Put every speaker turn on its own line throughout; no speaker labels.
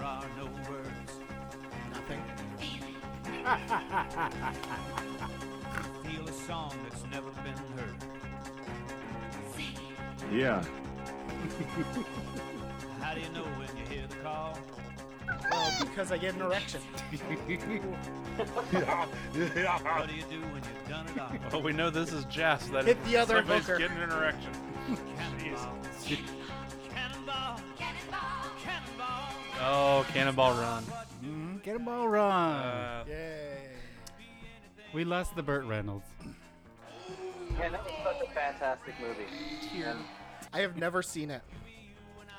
are no words. Nothing. Feel a song that's never been heard.
Yeah.
How do you know when you hear the call?
Well, Oh, because I get an erection.
What do you do when you've done it all?
Well, we know this is Jess. That
Hit the other
somebody's
hooker.
getting an erection.
Cannonball. Cannonball. Cannonball.
Oh, Cannonball Run.
Mm, get them all wrong.
Uh,
Yay.
we lost the Burt Reynolds.
Yeah, that was such a fantastic movie.
I have never seen it.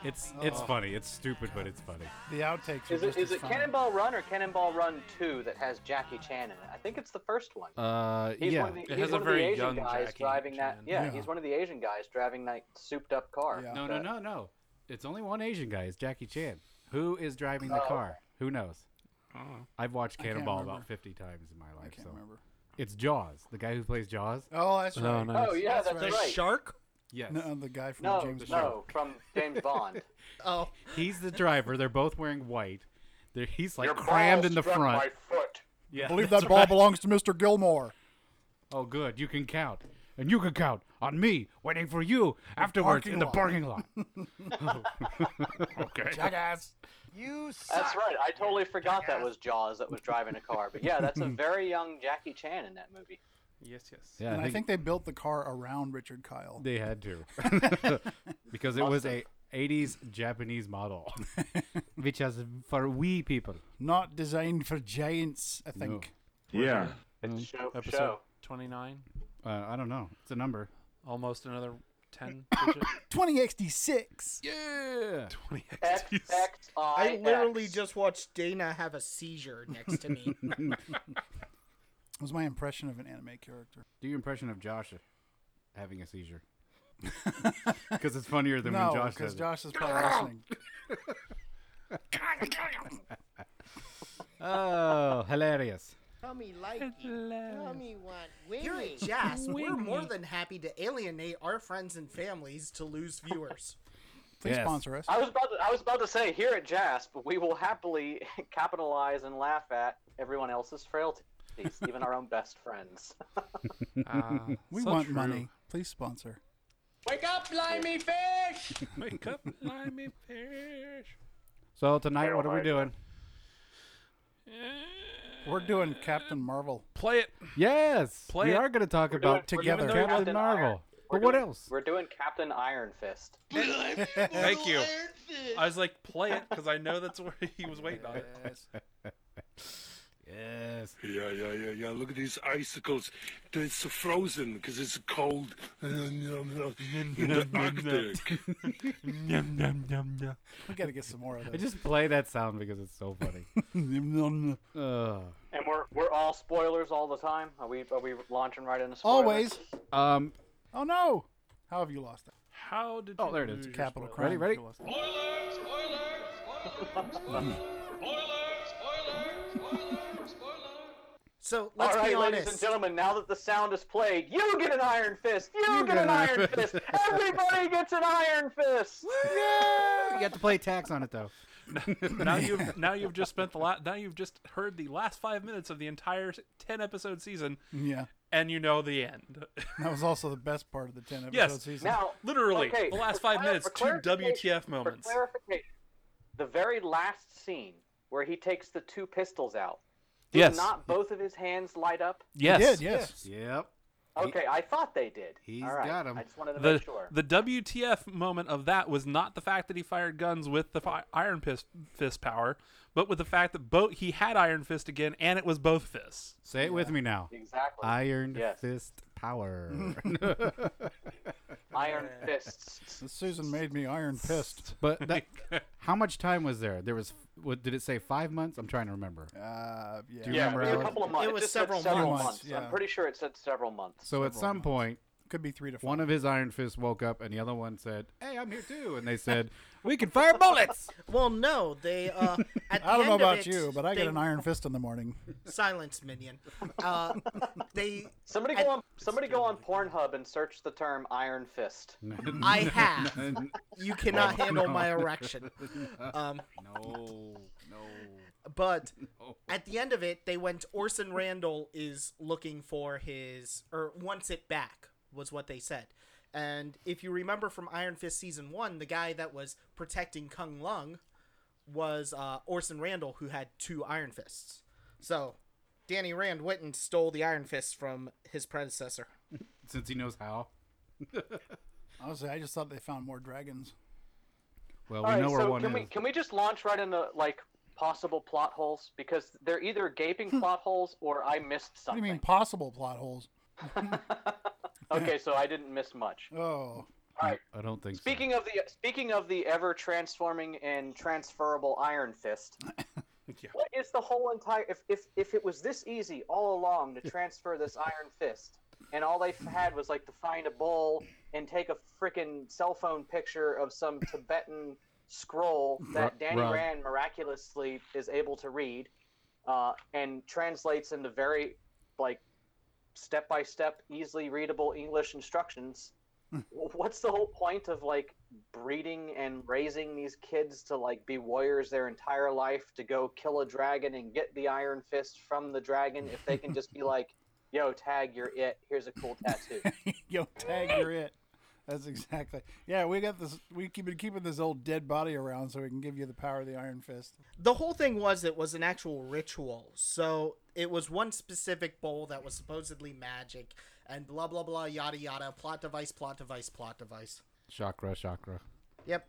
It's it's funny. It's stupid, but it's funny.
The outtakes are
Is it
just
is
as
it
fun.
Cannonball Run or Cannonball Run Two that has Jackie Chan in it? I think it's the first one.
Uh,
He's
yeah.
one of the,
It
he's
has a
one of the
very
Asian
young
guys
Jackie
driving that.
Chan.
Yeah,
Yeah.
he's one of the Asian guys driving that souped up car.
Yeah.
no, no, no, no. It's only one Asian guy. It's Jackie Chan. Who is driving the car? Who knows?
oh.
I've watched Cannonball
Oh. remember.
about 50 times in my life.
I can't
so
remember.
It's Jaws. The guy who plays Jaws.
Oh, that's
Oh,
right.
nice.
Oh yeah, that's,
That's right.
right.
Shark?
Yes.
No, the guy from
no,
James Bond.
no, from James Bond.
Oh,
He's the driver. They're both wearing white. They're, he's like crammed in the front.
foot.
Yeah,
I believe
that's
that ball
right.
belongs to Mr. Gilmore.
Oh, good. You can count. And you can count on me waiting for you afterwards in the
parking
parking lot.
Okay.
Jackass.
That's right. I totally forgot that was Jaws that was driving a car. But yeah, that's a very young Jackie Chan in that movie.
Yes, yes.
yeah,
And I think they built the car around Richard Kyle.
they had to. because it was a 80s Japanese model, which has for we people.
Not designed for giants, I think.
Yeah.
It's show for
Episode
show.
29.
Uh, I don't know. It's a number.
Almost another 10 digit.
2066.
Yeah.
20
X, X, I,
I literally
X.
just watched Dana have a seizure next to me.
was my impression of an anime character.
Do your impression of Josh having a seizure. Because it's funnier than
no,
when Josh
because
says
Josh is probably listening.
it. Oh, hilarious.
Tommy like it. Tommy want
You're
winning.
at Jazz. We're more than happy to alienate our friends and families to lose viewers.
Please
Yes.
sponsor us.
I was about to, I was about to say here at JASP, we will happily capitalize and laugh at everyone else's frailties, even our own best friends.
Ah,
We
so
want
true.
money. Please sponsor.
Wake up, blimey fish!
Wake up, limey fish.
So tonight, what are we doing?
We're doing Captain Marvel.
Play it.
Yes,
Play
we
it.
are going to talk
doing-
about
we're
doing
together
Captain
Captain,
Iron.
Marvel.
We're
But what
doing-
else?
We're doing Captain Iron Fist.
Thank you. I was like, play it, because I know that's where he was waiting on it.
Yes.
Yeah, yeah, yeah, yeah. Look at these icicles. It's frozen because it's cold. In the Arctic.
We got to get some more of
I
those.
just play that sound because it's so funny. Ugh.
And we're we're all spoilers all the time. Are we are we launching right into spoilers?
Always.
um,
Oh, no. How have you lost it?
How did
Oh,
you
there it is.
lose your
Capital
spoiler?
crime.
ready?
You lost it.
So
All
let's
right,
be
ladies
honest.
and gentlemen. Now that the sound is played, you get an Iron Fist. You, get an Iron Fist. Everybody gets an Iron Fist.
you have to play tax on it though.
now you've now you've just spent the la- now you've just heard the last five minutes of the entire ten episode season,
Yeah.
and you know the end.
That was also the best part of the 10 episode
Yes.
season.
Now,
Literally,
okay,
the last
for
five
clar-
minutes,
for
two
clarification-
WTF moments.
For clarification, the very last scene where he takes the two pistols out. Did
Yes.
Not both of his hands light up.
yes,
He did, yes.
Yep.
Okay, I thought they did.
he's
All right.
got 'em.
I just wanted to
The
make sure.
the WTF moment of that was not the fact that he fired guns with the fi- iron fist, fist power, but with the fact that both he had iron fist again, and it was both fists.
Say it with me now.
exactly.
Iron
Yes.
fist power.
Iron fists.
Susan made me iron pissed.
but that, how much time was there? There was what did it say? Five months? I'm trying to remember.
Uh, yeah.
Do you
Yeah, it
remember
was a
how-
couple of months.
It
It
was
just said
several
months, yeah.
I'm pretty sure it said several months.
So at some point,
Could be three to four.
one of his iron fists woke up, and the other one said, "Hey, I'm here too." And they said, "We can fire bullets."
Well, no, they. Uh, at
I
the
don't know
end of
about
it,
you, but I
they,
get an iron fist in the morning.
Silence, minion. Uh, they.
Somebody go on. Somebody go on Pornhub and search the term Iron Fist.
I have. You cannot handle my erection. Um,
No, no.
But at the end of it, they went Orson Randall is looking for his or wants it back was what they said. And if you remember from Iron Fist season one, the guy that was protecting Kung Lung was uh, Orson Randall, who had two Iron Fists. So Danny Rand went and stole the Iron Fist from his predecessor.
since he knows how.
Honestly, I just thought they found more dragons.
Well,
All
we
right,
know where
so
one
can
is.
we can we just launch right into like possible plot holes because they're either gaping
Hmm.
plot holes or I missed
What do
something.
you mean possible plot holes?
okay, so I didn't miss much.
Oh,
I don't think.
Speaking of the speaking of the ever transforming and transferable Iron Fist, what is the whole entire? If, if if it was this easy all along to transfer this Iron Fist, and all they f- had was like to find a bowl and take a freaking cell phone picture of some Tibetan scroll that Danny
right.
Rand miraculously is able to read, uh, and translates into very like step by step, easily readable English instructions. What's the whole point of like breeding and raising these kids to like be warriors their entire life to go kill a dragon and get the iron fist from the dragon if they can just be like, yo, tag, you're it. Here's a cool tattoo.
yo, tag, you're it. That's exactly. Yeah, we got this. We keep been keeping this old dead body around so we can give you the power of the Iron Fist.
the whole thing was it was an actual ritual. So it was one specific bowl that was supposedly magic and blah blah blah yada yada plot device plot device plot device.
chakra, chakra.
Yep.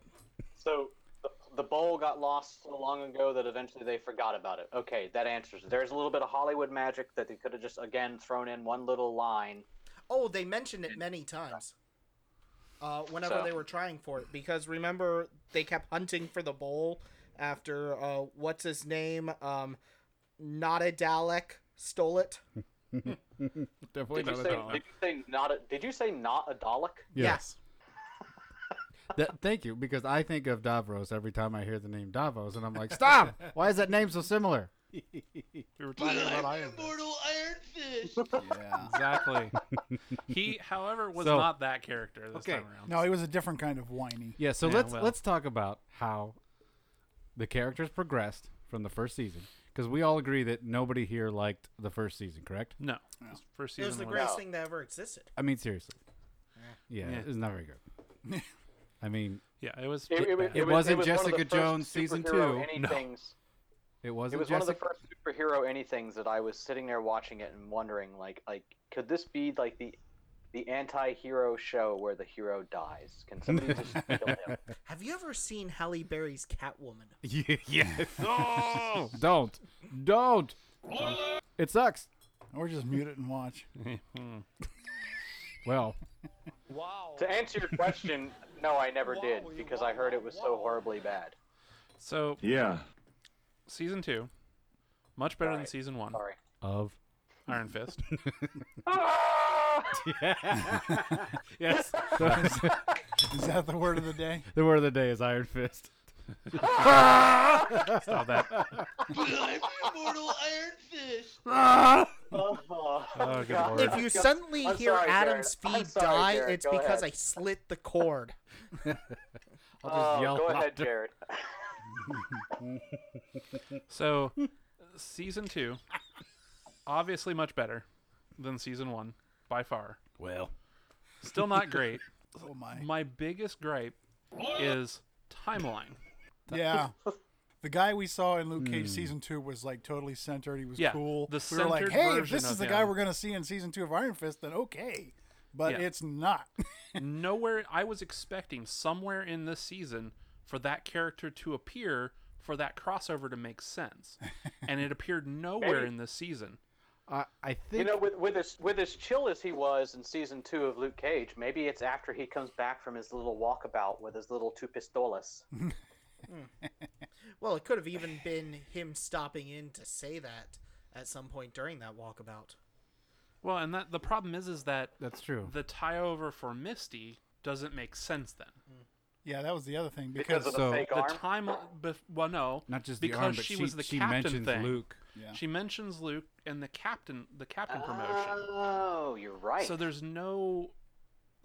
so the, the bowl got lost so long ago that eventually they forgot about it. Okay, that answers it. There's a little bit of Hollywood magic that they could have just again thrown in one little line.
Oh, they mentioned it many times. Uh, whenever
So-
they were trying for it, because remember they kept hunting for the bowl after uh, what's his name, um, not a Dalek stole it.
Definitely
Did you, say, did you say not a, did you say not a Dalek?
Yes. That- thank you, because I think of Davros every time I hear the name Davos, and I'm like, stop! Why is that name so similar?
We were talking about Iron Fist.
Immortal Iron Fist.
Yeah.
Exactly. he, however, was
So-
not that character this
Okay.
time around.
No, he was a different kind of whiny.
Yeah. So
Yeah,
let's
well.
let's talk about how the characters progressed from the first season, because we all agree that nobody here liked the first season, correct?
No. First
It
season
was the
was-
greatest thing that ever existed.
I mean, seriously. Yeah,
Yeah.
it's not very good. I mean,
Yeah, it was.
It wasn't Jessica Jones season two.
No.
Anythings.
it
It
wasn't
was one of
Jessica.
the first superhero anythings that I was sitting there watching it and wondering, like, like could this be like the the anti-hero show where the hero dies? Can somebody just kill him?
Have you ever seen Halle Berry's Catwoman?
Yeah, yes. don't, don't. It sucks.
Or just mute it and watch.
Well,
to answer your question, no, I never did because I heard it was so horribly bad.
So
Yeah.
season two, much better than
Right.
season one.
Sorry.
of
Iron Fist.
yes, so, so
Is that the word of the day?
the word of the day is Iron Fist.
Stop that.
I'm Immortal Iron Fist.
Oh,
Oh, good
God.
lord.
If you suddenly
I'm
hear
sorry,
Adam's
Jared. I'm
feed
sorry,
die,
Jared.
it's
Go
because
ahead.
I slit the cord.
I'll just
Oh,
yell.
go ahead,
louder.
Jared.
So, season two, obviously much better than season one by far.
Well,
Still not great.
Oh my.
My biggest gripe is timeline.
Yeah. The guy we saw in Luke
Hmm.
Cage season two was like totally centered. He was
Yeah,
cool.
the
we were like,
centered
hey, if
version
this
of
is the guy
him.
we're going to see in season two of Iron Fist, then okay. But
Yeah.
it's not.
Nowhere I was expecting somewhere in this season for that character to appear for that crossover to make sense, and it appeared nowhere
Maybe.
in this season.
I, I think
You know, with with as with as chill as he was in season two of Luke Cage, maybe it's after he comes back from his little walkabout with his little two pistolas.
Well, it could have even been him stopping in to say that at some point during that walkabout.
Well, and that the problem is, is that
that's true.
the tie over for Misty doesn't make sense then.
yeah, that was the other thing.
Because
Because,
of the
so-
fake
the
arm.
time bef- well no
Not just the
because
arm, but
she,
she-
was the
she
captain
mentions
thing.
Luke.
Yeah.
she mentions luke and the captain the captain
Uh,
promotion
Oh, you're right.
so there's no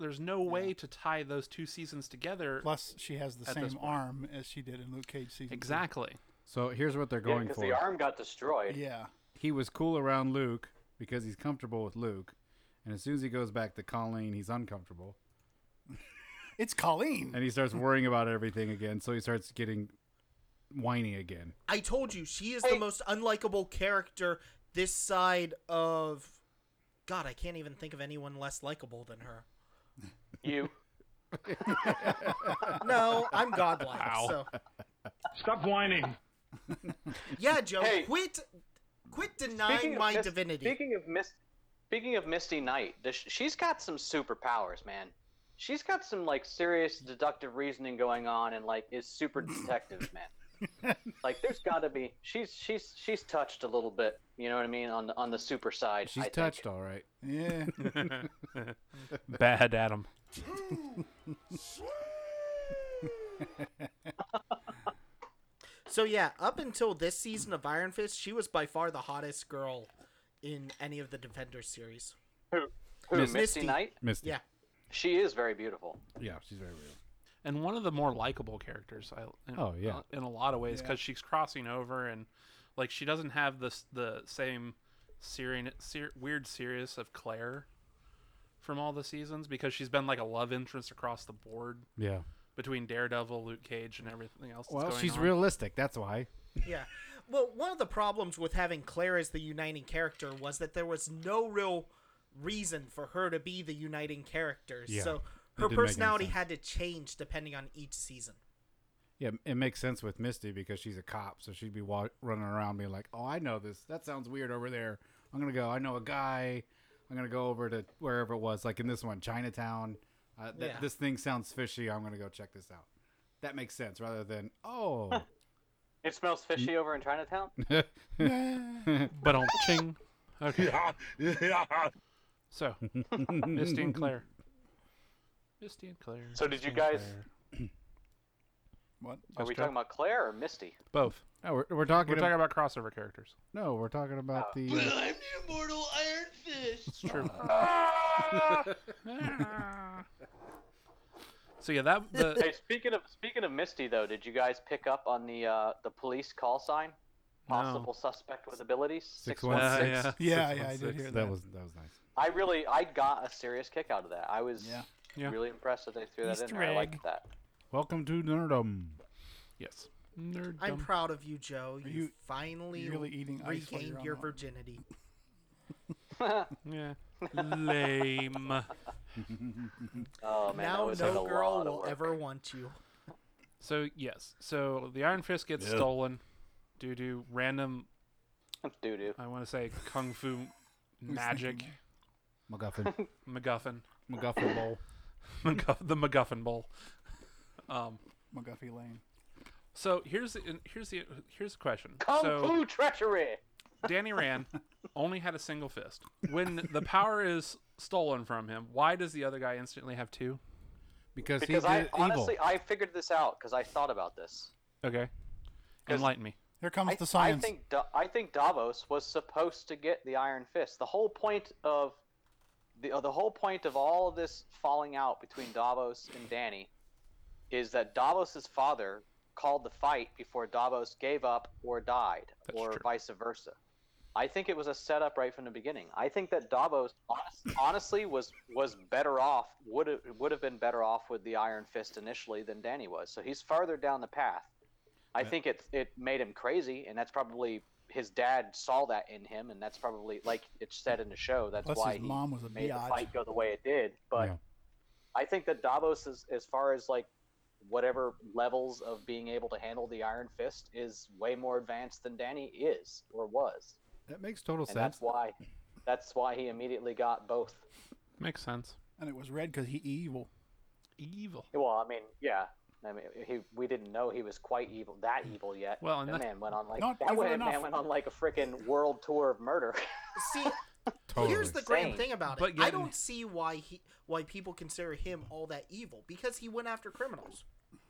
there's no way to tie those two seasons together
plus, she has the
At this
same
point.
arm as she did in Luke Cage season two.
exactly
So here's what they're
Yeah,
going
because
for.
the arm got destroyed.
Yeah.
he was cool around Luke because he's comfortable with Luke, and as soon as he goes back to Colleen, he's uncomfortable
It's Colleen.
and he starts worrying about everything again. So he starts getting whiny again.
I told you she is the most unlikable character this side of God, I can't even think of anyone less likable than her.
You.
No, I'm godlike. So
Stop whining.
yeah, Joe,
Hey.
quit quit denying my
Mis-
divinity.
Speaking of Miss, speaking of Misty Knight, does sh- she's got some superpowers, man. She's got some like serious deductive reasoning going on, and like is super detective, man. like there's got to be she's she's she's touched a little bit. You know what I mean on the on the super side.
She's
I think.
touched, all right.
Yeah.
Bad Adam.
so yeah, up until this season of Iron Fist, she was by far the hottest girl in any of the Defender series.
Who
Miss-
Misty,
Misty.
Knight?
Misty.
Yeah.
She is very beautiful.
yeah, she's very real.
and one of the more likable characters. I, in, uh,
Oh, yeah.
in a lot of ways
Yeah.
because she's crossing over and like she doesn't have this the same serious ser- weird serious of Claire from all the seasons because she's been like a love interest across the board
Yeah.
between Daredevil, Luke Cage, and everything else. that's
Well,
going
she's
on.
realistic. That's why.
Yeah. Well, one of the problems with having Claire as the uniting character was that there was no real reason for her to be the uniting character.
Yeah.
So her
It didn't make any
personality
sense.
had to change depending on each season.
Yeah, it makes sense with Misty because she's a cop, so she'd be wa- running around being like, "Oh, I know this. That sounds weird over there. I'm gonna go. I know a guy. I'm gonna go over to wherever it was, like in this one, Chinatown. Uh, th-
Yeah.
This thing sounds fishy. I'm gonna go check this out. That makes sense rather than oh,
It smells fishy over in Chinatown.
but on ching. Okay,
Yeah, yeah.
so Misty and Claire. Misty and Claire.
So did you
Misty and
guys-
Claire.
What?
Are we
That's true.
talking about Claire or Misty?
both?
no, we're, we're talking.
We're
ab-
talking about crossover characters.
no, we're talking about the.
But I'm the immortal Iron Fist.
It's true.
Uh.
so yeah, that the
hey, speaking of speaking of Misty though, did you guys pick up on the uh, the police call sign? Possible suspect with abilities. Six
one
Uh,
six.
yeah.
Yeah, yeah, I did hear that.
That was that was nice.
I really, I got a serious kick out of that. I was
Yeah.
Yeah.
really impressed that they threw that in
Easter
there. I liked
egg.
that.
Welcome to nerdum.
yes. Nerd
I'm proud of you, Joe. You,
you
finally
really eating ice while
regained
you're on
your
that?
virginity.
Yeah. Lame.
Oh man, that
now
was like
no
a
girl
lot of
will
work.
ever want you.
So yes. So the Iron Fist gets stolen due to random
Doo doo.
I wanna say kung fu magic
MacGuffin.
MacGuffin.
MacGuffin bowl.
MacGuff the MacGuffin bowl.
McGuffey Lane.
So here's the and here's the here's the question.
Kung
so
Fu Treachery.
Danny Rand only had a single fist. When the power is stolen from him, why does the other guy instantly have two?
Because,
Because
he
I
did
honestly,
evil.
I figured this out because I thought about this.
Okay. Enlighten me.
Here comes
I,
the
I
science.
think Da- I think Davos was supposed to get the Iron Fist. The whole point of the uh, the whole point of all of this falling out between Davos and Danny is that Davos's father called the fight before Davos gave up or died,
That's
or
true.
vice versa. I think it was a setup right from the beginning. I think that Davos honest, honestly was was better off would have would have been better off with the Iron Fist initially than Danny was. So he's farther down the path. I think it it made him crazy, and that's probably his dad saw that in him, and that's probably like it's said in the show. That's
Plus,
why
his
he
mom was a
made the
biatch.
fight go the way it did. But
Yeah.
I think that Davos is as far as like whatever levels of being able to handle the Iron Fist is way more advanced than Danny is or was,
that makes total
and
sense.
that's why that's why he immediately got both.
Makes sense.
And it was red because he evil.
Evil.
Well, I mean, yeah. I mean, he, we didn't know he was quite evil, that evil yet.
Well, and
that
that-
man went on like
Not
that
evil
way,
enough.
man went on like a freaking world tour of murder.
See,
Totally.
here's the grand
Same.
thing about it.
But
I
yet-
don't see why he why people consider him all that evil because he went after criminals.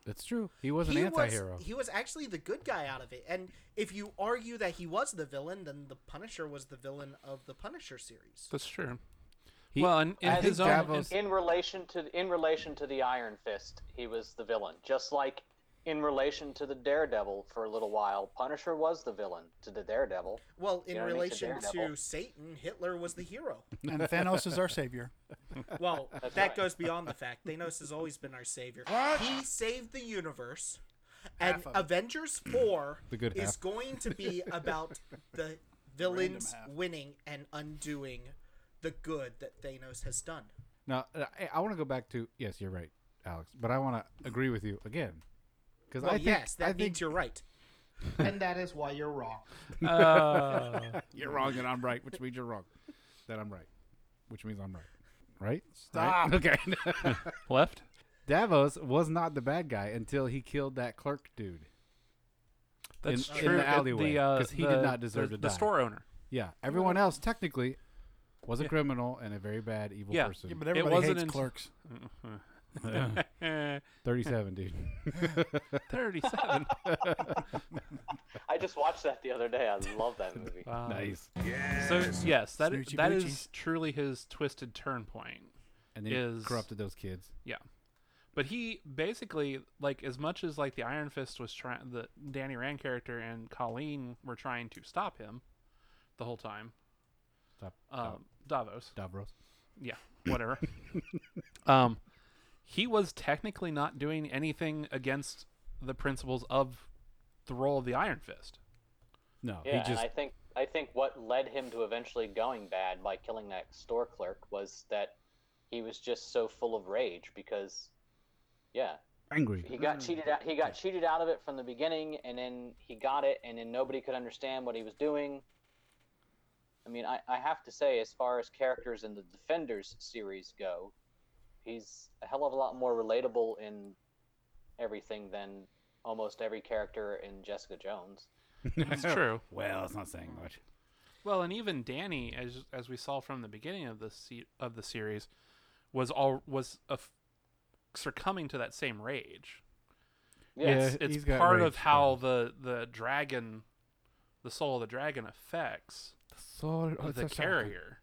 That's true. He was an
he
anti-hero.
Was, he was actually the good guy out of it. And if you argue that he was the villain, then the Punisher was the villain of the Punisher series.
That's true.
He-
well, and in
I
his
think
own,
Davos-
in relation to in relation to the Iron Fist, he was the villain, just like in relation to the Daredevil for a little while. Punisher was the villain to the Daredevil.
Well, in
Yeah, I mean, it's a
relation to
Daredevil.
Satan, Hitler was the hero.
and Thanos is our savior.
Well,
That's
that
right.
goes beyond the fact. Thanos has always been our savior. He saved the universe. And
Half of it.
Avengers 4
The good
is
half.
going to be about the villains
half.
winning and undoing the good that Thanos has done.
Now, uh, I, I want to go back to yes, you're right, Alex, but I want to agree with you again because
Well,
I think
yes, that
I
means
think
you're right.
and that is why you're wrong.
you're wrong and I'm right, which means you're wrong. That I'm right, which means I'm right. Right?
Stop.
Right? Okay.
Left?
Davos was not the bad guy until he killed that clerk dude.
That's
In- in
true.
the
It-
alleyway,
the, uh,
'cause he
the-
did not deserve
the,
to
The
die.
store owner.
Yeah. Everyone else technically was a criminal and a very bad evil
Yeah.
person.
Yeah, but everybody
wasn't
hates
in-
clerks.
Mm-hmm.
Eh,
37, dude.
37.
I just watched that the other day. I love that movie.
Wow.
nice.
So yes, that
Snoochie
that
boochies.
is truly his twisted turn point.
And then he
Is-
corrupted those kids.
Yeah. But he basically like as much as like the Iron Fist was trying the Danny Rand character and Colleen were trying to stop him the whole time.
Stop.
Um Davos.
Davros.
Yeah, whatever. um he was technically not doing anything against the principles of the role of the Iron Fist.
No,
Yeah,
he
and
just
I think I think what led him to eventually going bad by killing that store clerk was that he was just so full of rage because, yeah,
angry.
he got cheated out. He got cheated out of it from the beginning, and then he got it, and then nobody could understand what he was doing. I mean, I, I have to say, as far as characters in the Defenders series go, he's a hell of a lot more relatable in everything than almost every character in Jessica Jones.
That's true.
Well, it's not saying much.
Well, and even Danny, as as we saw from the beginning of the se- of the series, was all was a f- succumbing to that same rage.
Yeah,
it's it's
he's got
part of
rage,
how the the dragon, the soul of the dragon, affects
So
the carrier.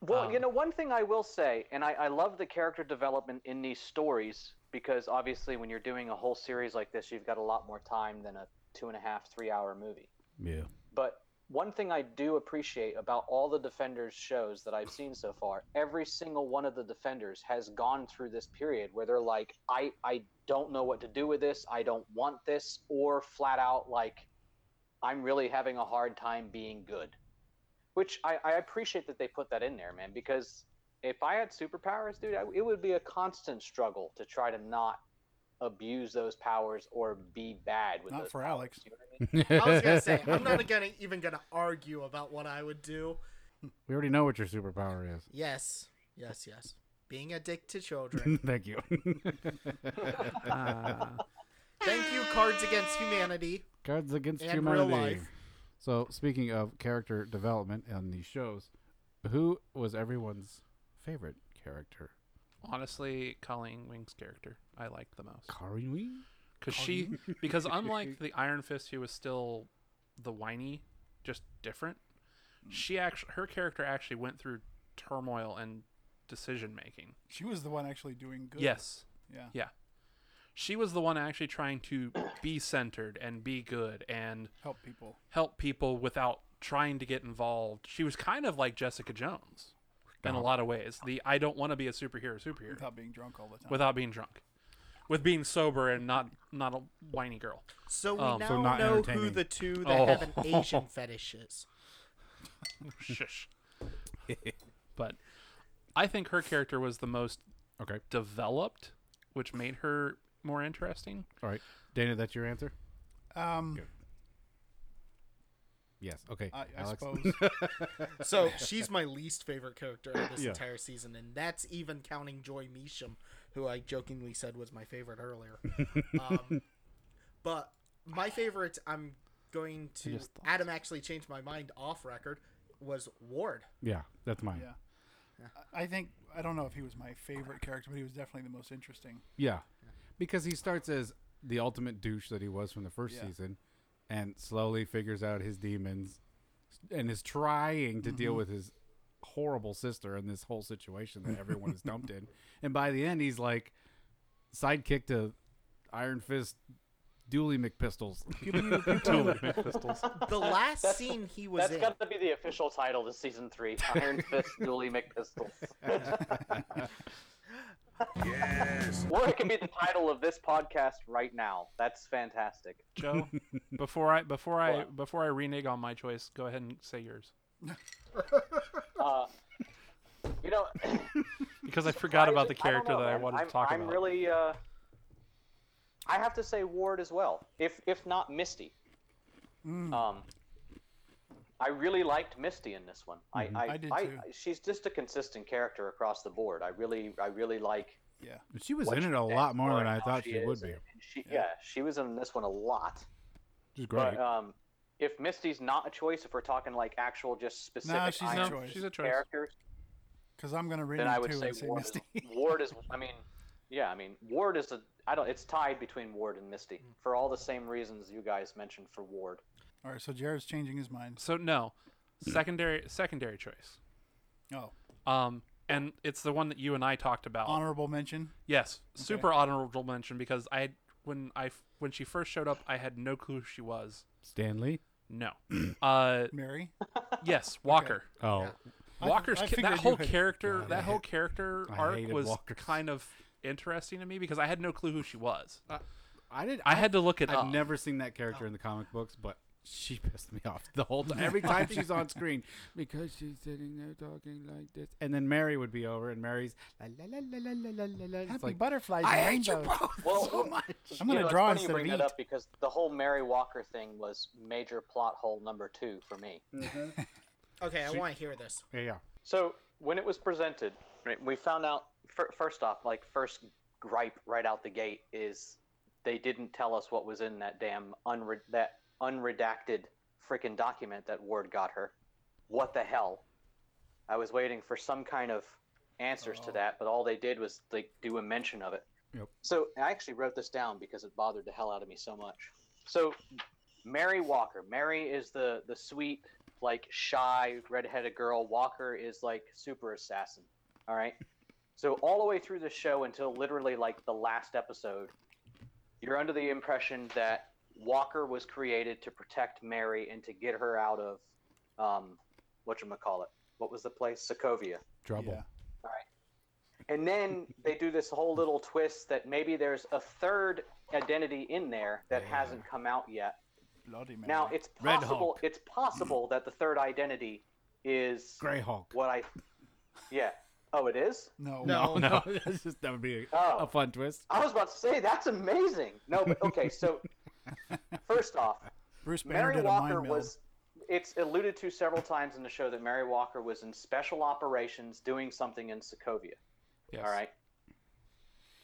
Well, you
Um,
know, one thing I will say, and I, I love the character development in these stories because obviously, when you're doing a whole series like this, you've got a lot more time than a two and a half, three hour movie.
Yeah.
But one thing I do appreciate about all the Defenders shows that I've seen so far, every single one of the Defenders has gone through this period where they're like, I, I don't know what to do with this. I don't want this. Or flat out, like, I'm really having a hard time being good. Which I, I appreciate that they put that in there, man, because if I had superpowers, dude, I, it would be a constant struggle to try to not abuse those powers or be bad with
Not
those
for
powers,
Alex.
you know what I mean?
I was gonna say I'm not gonna even gonna argue about what I would do.
we already know what your superpower is.
Yes, yes, yes. Being a dick to children.
Thank you.
Thank you, Cards Against Humanity.
Cards Against
And real
Humanity.
life.
So, speaking of character development and these shows, who was everyone's favorite character?
Honestly, Colleen Wing's character I liked the most
Karin Wing?
because she because unlike the Iron Fist, who was still the whiny, just different. She actually her character actually went through turmoil and decision making.
She was the one actually doing good.
Yes.
Yeah.
Yeah. She was the one actually trying to be centered and be good and
Help people.
help people without trying to get involved. She was kind of like Jessica Jones in a lot of ways. The I don't want to be a superhero superhero
Without being drunk all the time.
without being drunk. With being sober and not not a whiny girl.
So we
Um,
now
so not
know who
entertaining.
the two that
Oh.
have an Asian fetish is.
Shush. but I think her character was the most
Okay.
developed, which made her more interesting.
All right. Dana, that's your answer?
um,
Yes. Okay.
I, I
Alex?
suppose.
So she's my least favorite character of this
Yeah.
entire season, and that's even counting Joy Meacham, who I jokingly said was my favorite earlier. Um, but my favorite, I'm going to.
just thought-
Adam actually changed my mind off record. Was Ward?
Yeah, that's mine.
Yeah. I think I don't know if he was my favorite character, but he was definitely the most interesting.
Yeah. Because he starts as the ultimate douche that he was from the first
Yeah.
season and slowly figures out his demons and is trying to deal with his horrible sister and this whole situation that everyone is dumped in. And by the end, he's like sidekick to Iron Fist Dooley McPistols.
Dueling pistols.
The last scene he was
That's
in.
got to be the official title to season three: Iron Fist Dually McPistols.
Yes.
or it can be the title of this podcast right now. That's fantastic.
Joe, before I before I
What?
before I renege on my choice, go ahead and say yours
Uh, you know,
because I forgot about
I
the
just- I don't
character
know,
that I
man.
wanted
I'm,
to talk
I'm
about.
really. Uh, I have to say Ward as well, if if not Misty.
Mm.
Um, I really liked Misty in this one.
Mm-hmm.
I, I,
I did too.
She's just a consistent character across the board. I really, I really like.
Yeah.
She was
what
in
she
it a
did
lot more
for
than
it,
I
how
thought she, would
is,
be.
and She, yeah. she was in this one a lot.
She's great.
But um, if Misty's not a choice, if we're talking like actual just specific
No, she's
Iron
a
no,
Man
choice.
she's a choice.
characters,
Because I'm going to read
then I
it
would
too
say
and say
Ward.
Misty.
Is, Ward is. I mean, yeah. I mean, Ward is a. I don't. It's tied between Ward and Misty for all the same reasons you guys mentioned for Ward.
All right, so Jared's changing his mind.
So no, secondary secondary choice.
Oh,
Um, and it's the one that you and I talked about.
honorable mention.
Yes, super honorable mention because I when I when she first showed up, I had no clue who she was.
Stanley.
No. uh,
Mary.
yes, Walker.
Oh,
I-
Walker's
I
ca-
figured
that
you
whole
had-
character
God, I
that whole
hate-
character
I
arc
hated
was
Walkers.
kind of interesting to me because I had no clue who she was.
I did.
I had to look it
I've
up.
never seen that character in the comic books, but she pissed me off the whole time. Every time she's on screen, because she's sitting there talking like this, and then Mary would be over, and Mary's la la la la la la la la.
Happy
It's like,
butterflies.
I
and
hate you
rainbows.
both
Well,
so much.
I'm going
you
to
know,
draw
it's funny you
instead of
bring that
eat.
up because the whole Mary Walker thing was major plot hole number two for me.
Okay, I want to hear this.
Yeah, yeah.
So when it was presented, right, we found out fir- first off, like first gripe right out the gate is they didn't tell us what was in that damn unre- that unredacted freaking document that Ward got her. What the hell? I was waiting for some kind of answers to that, but all they did was like do a mention of it.
Yep.
So I actually wrote this down because it bothered the hell out of me so much. So Mary Walker. Mary is the the sweet, like shy, redheaded girl. Walker is like super assassin. All right. So all the way through the show until literally like the last episode, you're under the impression that Walker was created to protect Mary and to get her out of um what you call it? What was the place? Sokovia.
Trouble.
Yeah.
And then they do this whole little twist that maybe there's a third identity in there that hasn't come out yet.
Bloody Mary.
Now it's
Red
possible
Hulk.
it's possible that the third identity is
Grey Hawk.
what I Yeah. Oh it is?
no.
No, no, that's just that would be a,
Oh.
a fun twist.
I was about to say that's amazing. No, but okay, so first off,
Bruce Banner
Mary
did a mind
Walker
meld.
was it's alluded to several times in the show that Mary Walker was in special operations doing something in Sokovia.
Yes.
All right.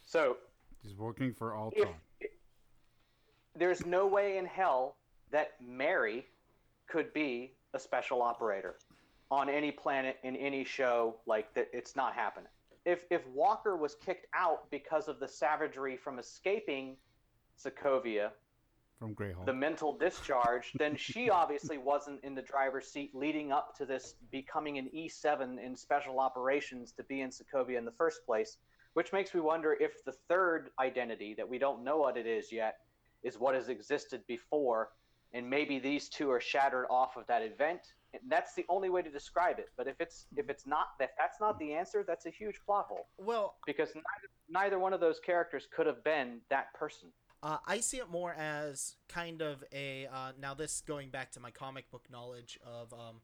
So
She's working for
if
Ultron.
there's no way in hell that Mary could be a special operator on any planet in any show like that it's not happening. If if Walker was kicked out because of the savagery from escaping Sokovia,
from Grey Hawk.
the mental discharge, then she obviously wasn't in the driver's seat leading up to this becoming an E7 in special operations to be in Sokovia in the first place, which makes me wonder if the third identity that we don't know what it is yet is what has existed before, and maybe these two are shattered off of that event. And that's the only way to describe it. But if it's if it's not if that's not the answer, that's a huge plot hole
Well,
because neither, neither one of those characters could have been that person.
Uh, I see it more as kind of a uh, now this going back to my comic book knowledge of um,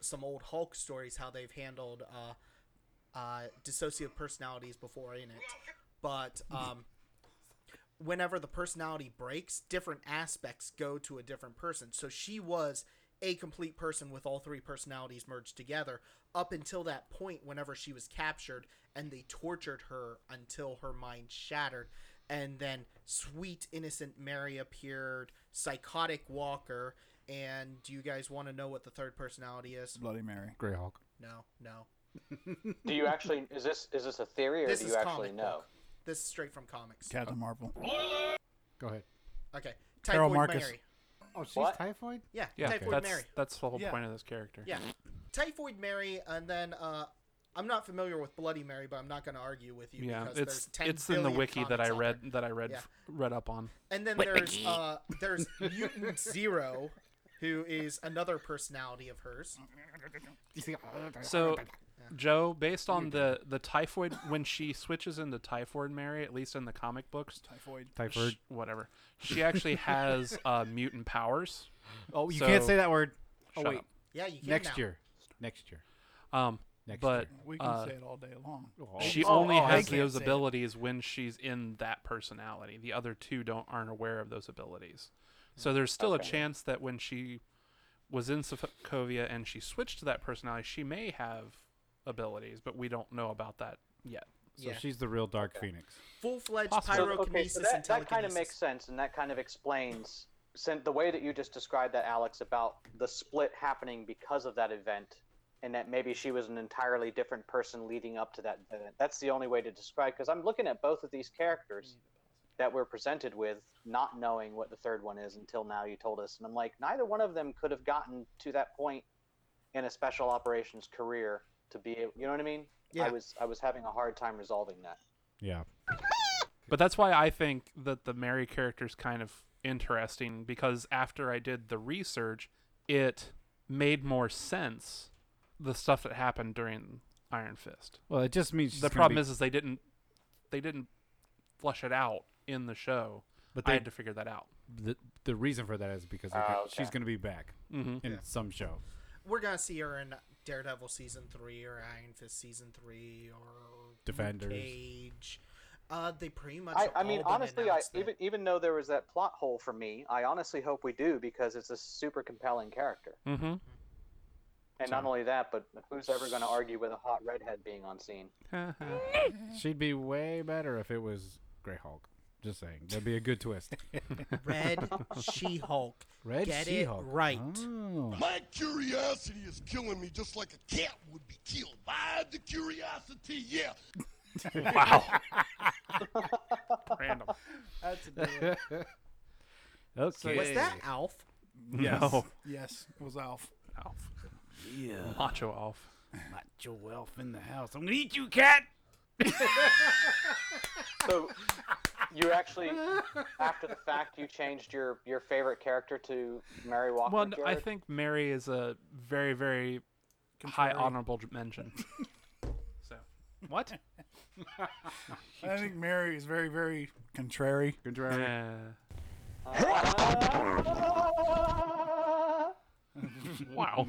some old Hulk stories how they've handled uh, uh, dissociative personalities before in it, but um, whenever the personality breaks, different aspects go to a different person. So she was a complete person with all three personalities merged together up until that point whenever she was captured and they tortured her until her mind shattered and then sweet innocent mary appeared psychotic walker and do you guys want to know what the third personality is
Bloody Mary.
Grey Hawk.
no no
Do you actually is this is this a theory or
this
do
is
you actually
comic
know?
book. this is straight from comics
Captain Marvel.
Go ahead.
okay
Carol
typhoid
Marcus.
mary
Oh, she's
What?
typhoid.
yeah,
Yeah,
typhoid
that's
mary
that's the whole
Yeah.
point of this character.
yeah typhoid mary and then uh I'm not familiar with Bloody Mary, but I'm not going to argue with you.
Yeah,
because
it's
there's 10
it's in the
billion
wiki that I
comics out
read
there.
that I read
Yeah.
f- read up on.
And then there's uh, there's Mutant Zero, who is another personality of hers.
So, Joe, based on the the typhoid when she switches into typhoid Mary, at least in the comic books,
Typhoid.
Typhoid.
sh- whatever, she actually has uh, mutant powers.
Oh, you
So-
can't say that word. Oh
Shut
wait,
up.
Yeah, you can
next
now.
year. Next year.
Um,
Next
but
We can
uh,
say it all day long.
she
Oh,
only
oh, I
has
can't
those
say it.
abilities when she's in that personality. The other two don't aren't aware of those abilities. So there's still a chance that when she was in Sokovia and she switched to that personality, she may have abilities, but we don't know about that yet.
So
yeah.
she's the real Dark Phoenix.
Full fledged
Possible.
So, okay,
pyrokinesis
so that,
and
that
telekinesis.
kind of makes sense, and that kind of explains since the way that you just described that, Alex, about the split happening because of that event, and that maybe she was an entirely different person leading up to that event. That's the only way to describe because I'm looking at both of these characters that we're presented with, not knowing what the third one is until now. You told us, and I'm like, neither one of them could have gotten to that point in a special operations career to be, you know what I mean?
Yeah.
I was I was having a hard time resolving that.
Yeah.
But that's why I think that the Mary character is kind of interesting because after I did the research, it made more sense the stuff that happened during Iron Fist.
Well, it just means she's
the
gonna
problem
be-
is, is they didn't they didn't flush it out in the show. But
But
I
they-
had to figure that out.
the, the reason for that is because they
Oh,
got-
okay.
she's going to be back
Mm-hmm.
in some show.
We're going to see her in Daredevil season three or Iron Fist season three or Luke
Defenders.
Cage. Uh, they pretty much.
I,
have
I
all
mean,
been
honestly, I,
announced that-
even even though there was that plot hole for me, I honestly hope we do because it's a super compelling character.
Mm-hmm.
And not only that, but who's ever going to argue with a hot redhead being on scene?
She'd be way better if it was Grey Hulk. Just saying, that'd be a good twist.
Red She Hulk.
Red
Get it
She-Hulk.
right.
Oh.
My curiosity is killing me just like a cat would be killed by the curiosity, yeah.
wow. Random.
That's a deal.
Okay.
Was that Alf?
Yes.
No.
yes, it was Alf.
Alf. Macho Alf.
Macho Elf in the house. I'm gonna eat you, cat.
So you actually, after the fact, you changed your, your favorite character to Mary Walker.
Well, I
Jared?
think Mary is a very, very high honorable mention. so, what?
I think Mary is very, very contrary.
Contrary.
Uh,
Uh,
wow.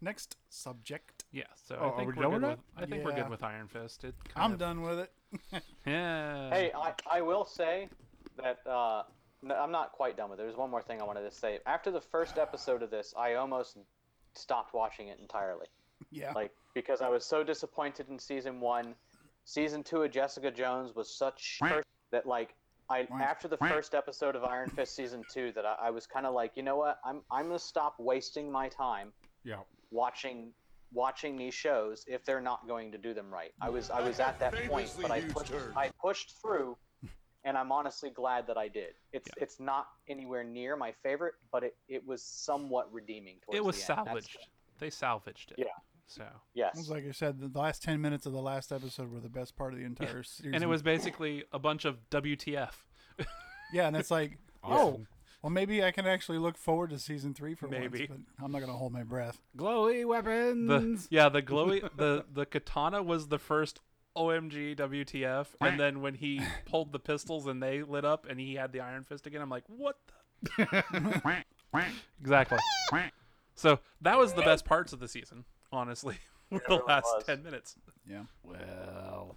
Next subject.
Yeah. So
Oh,
I
are
think
we
we're
done
good
with
with.
that?
I think we're
Yeah.
good with Iron Fist. It kind
I'm
of-
done with it.
Yeah.
Hey, I, I will say that uh, no, I'm not quite done with it. There's one more thing I wanted to say. After the first episode of this, I almost stopped watching it entirely.
Yeah.
Like, because I was so disappointed in season one. Season two of Jessica Jones was such shit that, like, I, after the first episode of Iron Fist season two, that I, I was kind of like, you know what? I'm, I'm going to stop wasting my time
Yeah.
watching watching these shows if they're not going to do them right. I was I was at that point,
Famously
but I
huge
pushed
turd.
I pushed through, and I'm honestly glad that I did. It's it's not anywhere near my favorite, but it, it was somewhat redeeming. Towards
it was
the end. That's-
salvaged. They salvaged it.
Yeah.
So. uh,
Yes.
It's like I said, the last 10 minutes of the last episode were the best part of the entire series.
And it was basically a bunch of WTF.
Yeah, and it's like, oh, well, maybe I can actually look forward to season three for
Maybe.
once, but I'm not going to hold my breath.
Glowy
The,
weapons.
yeah, the glowy the the katana was the first OMG WTF, and then when he pulled the pistols and they lit up, and he had the Iron Fist again, I'm like, what? the Exactly. So that was the best parts of the season, honestly. Were the
really
last
was.
ten minutes.
Yeah.
well.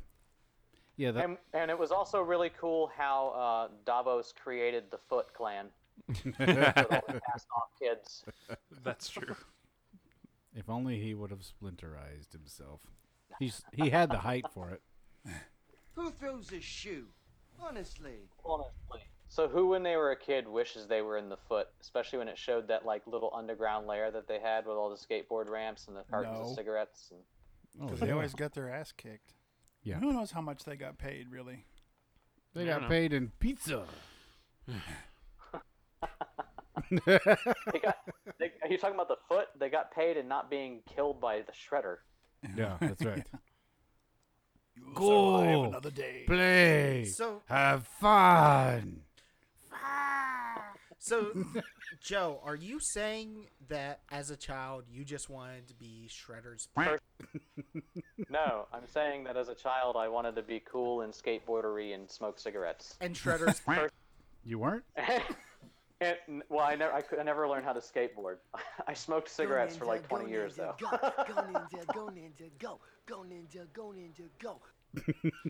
Yeah. That,
And, and it was also really cool how uh, Davos created the Foot Clan with all the cast off kids.
That's true.
if only he would have splinterized himself. He's he had the height for it.
Who throws a shoe? Honestly.
Honestly. So who, when they were a kid, wishes they were in the foot, especially when it showed that like little underground lair that they had with all the skateboard ramps and the cartons
No.
of cigarettes. And...
Oh,
Because
yeah.
they always got their ass kicked.
Yeah.
Who knows how much they got paid, really?
They
I
got
don't know.
paid in pizza.
They got. they, are you talking about the foot? They got paid and not being killed by the shredder.
Yeah, that's right.
Survive
Go
another day.
play,
So-
have fun.
So, Joe, are you saying that as a child you just wanted to be Shredder's?
No, I'm saying that as a child, I wanted to be cool and skateboardery and smoke cigarettes.
And Shredder's.
You weren't?
And, well, I never, I, could, I never learned how to skateboard. I smoked cigarettes for like 20 years though.
Go, ninja, go ninja, go, go ninja, go ninja, go.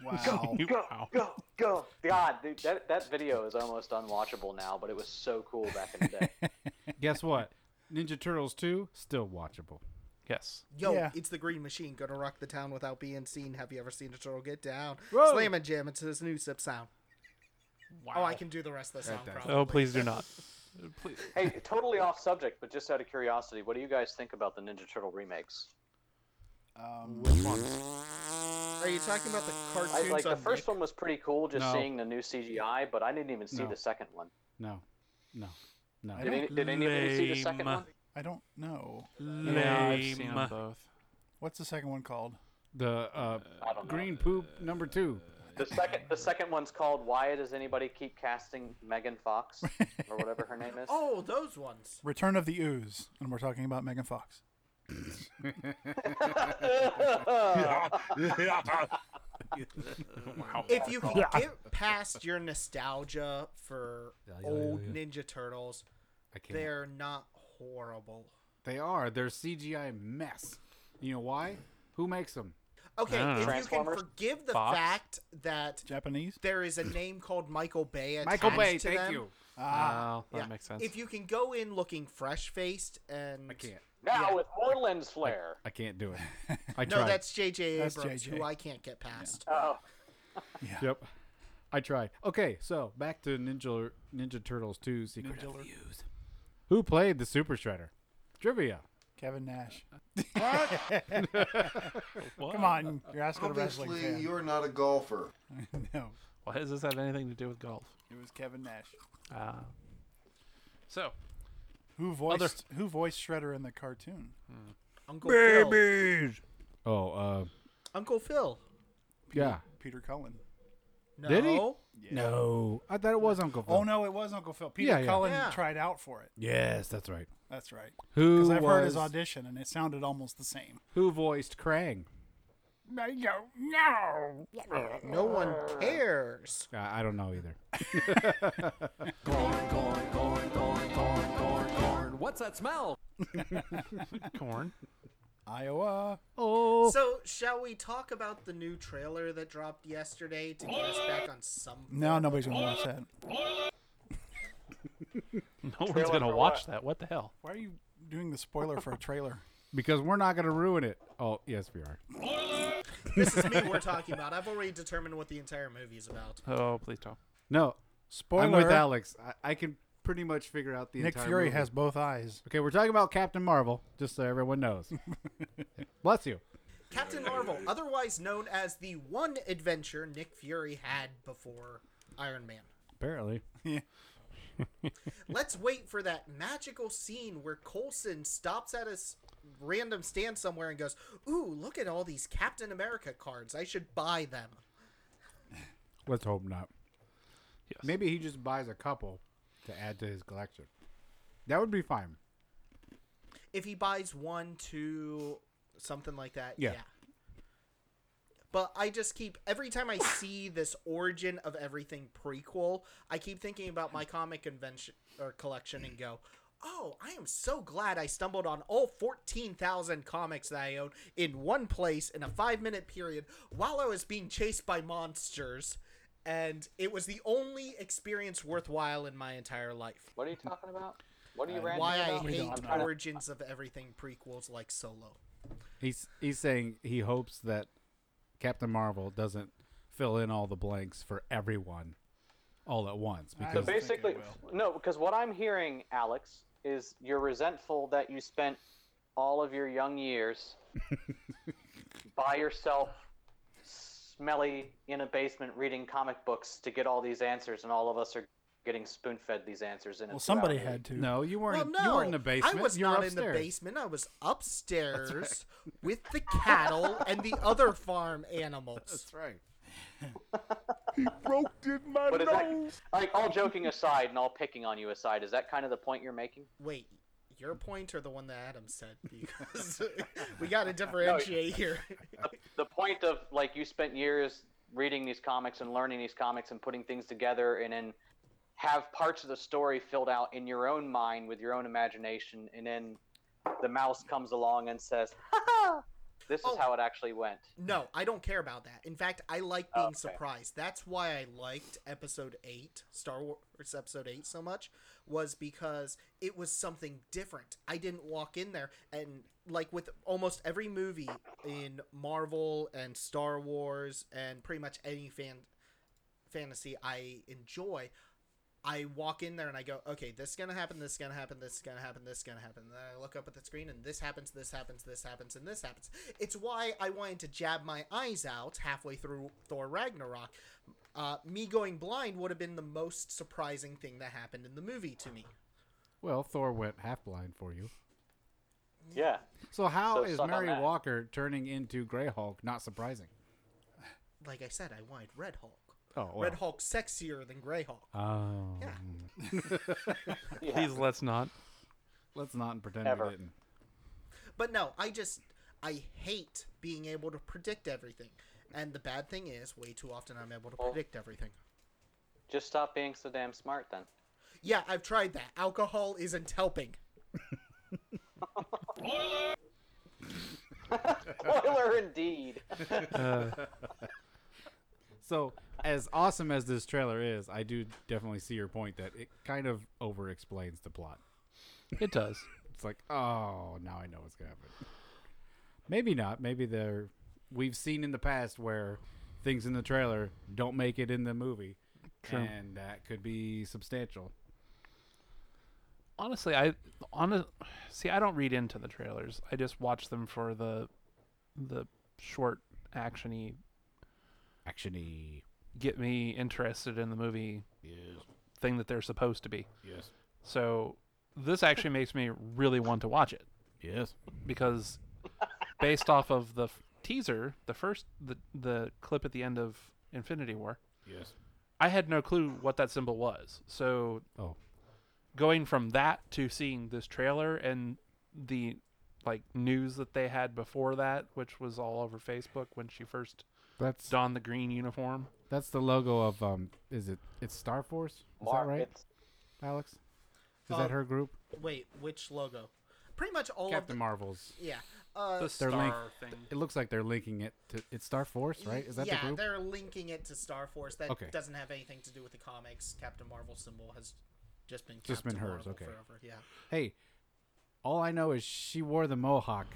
Wow.
Wow.
go, go! God, dude, that that video is almost unwatchable now, but it was so cool back in the day.
Guess what? Ninja Turtles 2 still watchable.
Yes.
Yo,
Yeah.
it's the Green Machine gonna rock the town without being seen. Have you ever seen a turtle get down?
Whoa.
Slam and jam into this new sip sound.
Wow.
Oh, I can do the rest of the sound.
there.
Probably.
Oh, please do not. Please.
hey, totally off subject, but just out of curiosity, what do you guys think about the Ninja Turtle remakes?
Um,
Are you talking about the
I,
cartoons?
like the
on
first one was pretty cool, just
No.
seeing the new CGI, but I didn't even see
No.
the second one.
No. No. No.
I
Did, any,
don't,
did anybody see the second
Lame.
one?
I don't know.
Lame. Yeah, I've seen 'em both.
What's the second one called?
The uh,
I don't know.
green poop number 2.
The second, the second one's called "Why Does Anybody Keep Casting Megan Fox" or whatever her name is.
Oh, those ones.
Return of the Ooze, and we're talking about Megan Fox.
If you can get past your nostalgia for old Ninja Turtles,
I can't.
they're not horrible.
Ah.
They are. They're CGI mess. You know why? Who makes them?
Okay,
I don't know.
if you can
Transformers?
forgive the
Fox?
fact that
Japanese?
there is a name called Michael Bay attached
Michael Bay,
to
thank
them,
you.
Well, that
yeah,
makes sense.
If you can go in looking fresh faced and
I can't.
now with more lens flare.
I can't do it. I
no,
tried.
that's JJ
That's
Abrams
JJ.
who I can't get past.
Oh,
Yep. I tried. Okay, so back to Ninja Ninja Turtles 2 Secret of the Ooze. Who played the Super Shredder? Trivia.
Kevin Nash.
what?
Come on, you're asking a
Obviously,
wrestling fan.
you're not a golfer.
no,
Why does this have anything to do with golf?
it was Kevin Nash.
Uh, so,
Who voiced Who voiced Shredder in the cartoon?
Uncle Phil.
Oh, uh,
Uncle Phil.
yeah.
Peter Cullen.
No.
Did he? No, I thought it was Uncle Phil.
Oh no, it was Uncle Phil. Peter
Yeah, yeah.
Cullen
Yeah.
tried out for it.
Yes, that's right.
That's right.
Who
Because I've heard his
was-
audition, and it sounded almost the same.
Who voiced Krang?
I don't know.
No one cares.
Uh, I don't know either.
Corn, corn, corn, corn, corn, corn, corn. What's that smell?
corn.
Iowa.
Oh,
So, shall we talk about the new trailer that dropped yesterday to get us back on some?
No, nobody's gonna watch that.
No one's gonna
for
watch that. What the hell?
Why are you doing the spoiler for a trailer?
because we're not gonna ruin it. Oh, yes, we are.
This is me we're talking about. I've already determined what the entire movie is about.
Oh, please don't.
No,
Spoiler.
I'm with Alex. I, I can pretty much figure out the
Nick
entire
Fury
movie.
has both eyes.
Okay, we're talking about Captain Marvel, just so everyone knows. Bless you.
Captain Marvel, otherwise known as the one adventure Nick Fury had before Iron Man.
Apparently,
Let's wait for that magical scene where Coulson stops at a s- random stand somewhere and goes, "Ooh, look at all these Captain America cards. I should buy them."
let's hope not.
Yes.
Maybe he just buys a couple to add to his collection. That would be fine.
If he buys one, two, something like that, yeah.
Yeah.
But I just keep every time I see this origin of everything prequel, I keep thinking about my comic convention or collection and go, "Oh, I am so glad I stumbled on all 14,000 comics that I own in one place in a 5-minute period while I was being chased by monsters." And it was the only experience worthwhile in my entire life
what are you talking about? What are you ranting
why I
about?
hate
I'm trying to-
origins of everything prequels like Solo.
He's he's saying he hopes that Captain Marvel doesn't fill in all the blanks for everyone all at once because
think it
Basically, no, because what I'm hearing, Alex, is you're resentful that you spent all of your young years by yourself, smelly, in a basement reading comic books to get all these answers, and all of us are getting spoon fed these answers in. a
Well, somebody
two-hour
had to.
No, you
Well,
weren't.
no,
You weren't in the basement.
I was
you were
not in
upstairs.
the basement. I was upstairs with the cattle and the other farm animals.
That's right.
Broke did my
But is that like all joking aside and all picking on you aside? Is that kind of the point you're making?
Wait, your point or the one that Adam said? Because we got to differentiate here.
The point of like you spent years reading these comics and learning these comics and putting things together and then have parts of the story filled out in your own mind with your own imagination and then the mouse comes along and says, ha ha, this is
Oh.
how it actually went.
No, I don't care about that. In fact, I like being
Okay.
surprised. That's why I liked episode 8, Star Wars episode 8 so much was because it was something different. I didn't walk in there and like with almost every movie in Marvel and Star Wars and pretty much any fan fantasy I enjoy, I walk in there and I go, okay, this is gonna happen, this is gonna happen, this is gonna happen, this is gonna happen. And then I look up at the screen and this happens, this happens, this happens, and this happens. It's why I wanted to jab my eyes out halfway through Thor Ragnarok. Uh, me going blind would have been the most surprising thing that happened in the movie to me.
Well, Thor went half blind for you.
Yeah.
So how
So
is
suck on
Mary
that.
Walker turning into Grey Hulk? Not surprising.
Like I said, I wanted Red Hulk.
Oh, well.
Red Hulk sexier than Grey Hulk.
Oh,
Yeah.
yeah.
Please let's not.
let's not pretend
Ever.
we didn't.
But no, I just I hate being able to predict everything. And the bad thing is, way too often I'm able to
Well-
predict everything.
Just stop being so damn smart then.
Yeah, I've tried that. Alcohol isn't helping.
Spoiler indeed.
So, as awesome as this trailer is, I do definitely see your point that it kind of over explains the plot.
It does.
It's like, oh, now I know what's gonna happen. Maybe not. Maybe they're we've seen in the past where things in the trailer don't make it in the movie,
True.
and that could be substantial.
honestly i on see i don't read into the trailers i just watch them for the the short actiony
Actiony.
get me interested in the movie thing that they're supposed to be
Yes.
so this actually makes me really want to watch it
Yes.
because based off of the f- teaser the first the the clip at the end of infinity war
Yes.
i had no clue what that symbol was so
Oh.
going from that to seeing this trailer and the like news that they had before that, which was all over Facebook when she first
That's
donned the green uniform.
that's the logo of um. Is it? It's Star Force. Is
Mark,
that right,
it's-
Alex? Is
Uh,
that her group?
Wait, which logo? Pretty much all
Captain
of
Marvel's.
the, yeah. Uh,
The
Their
star
link-
thing.
It looks like they're linking it to. It's Star Force, right? Is that
yeah,
the group?
they're linking it to Star Force. That
Okay.
doesn't have anything to do with the comics. Captain Marvel symbol has just been
Just been
Captain
hers,
Marvel
okay.
Forever. Yeah,
Hey, all I know is she wore the mohawk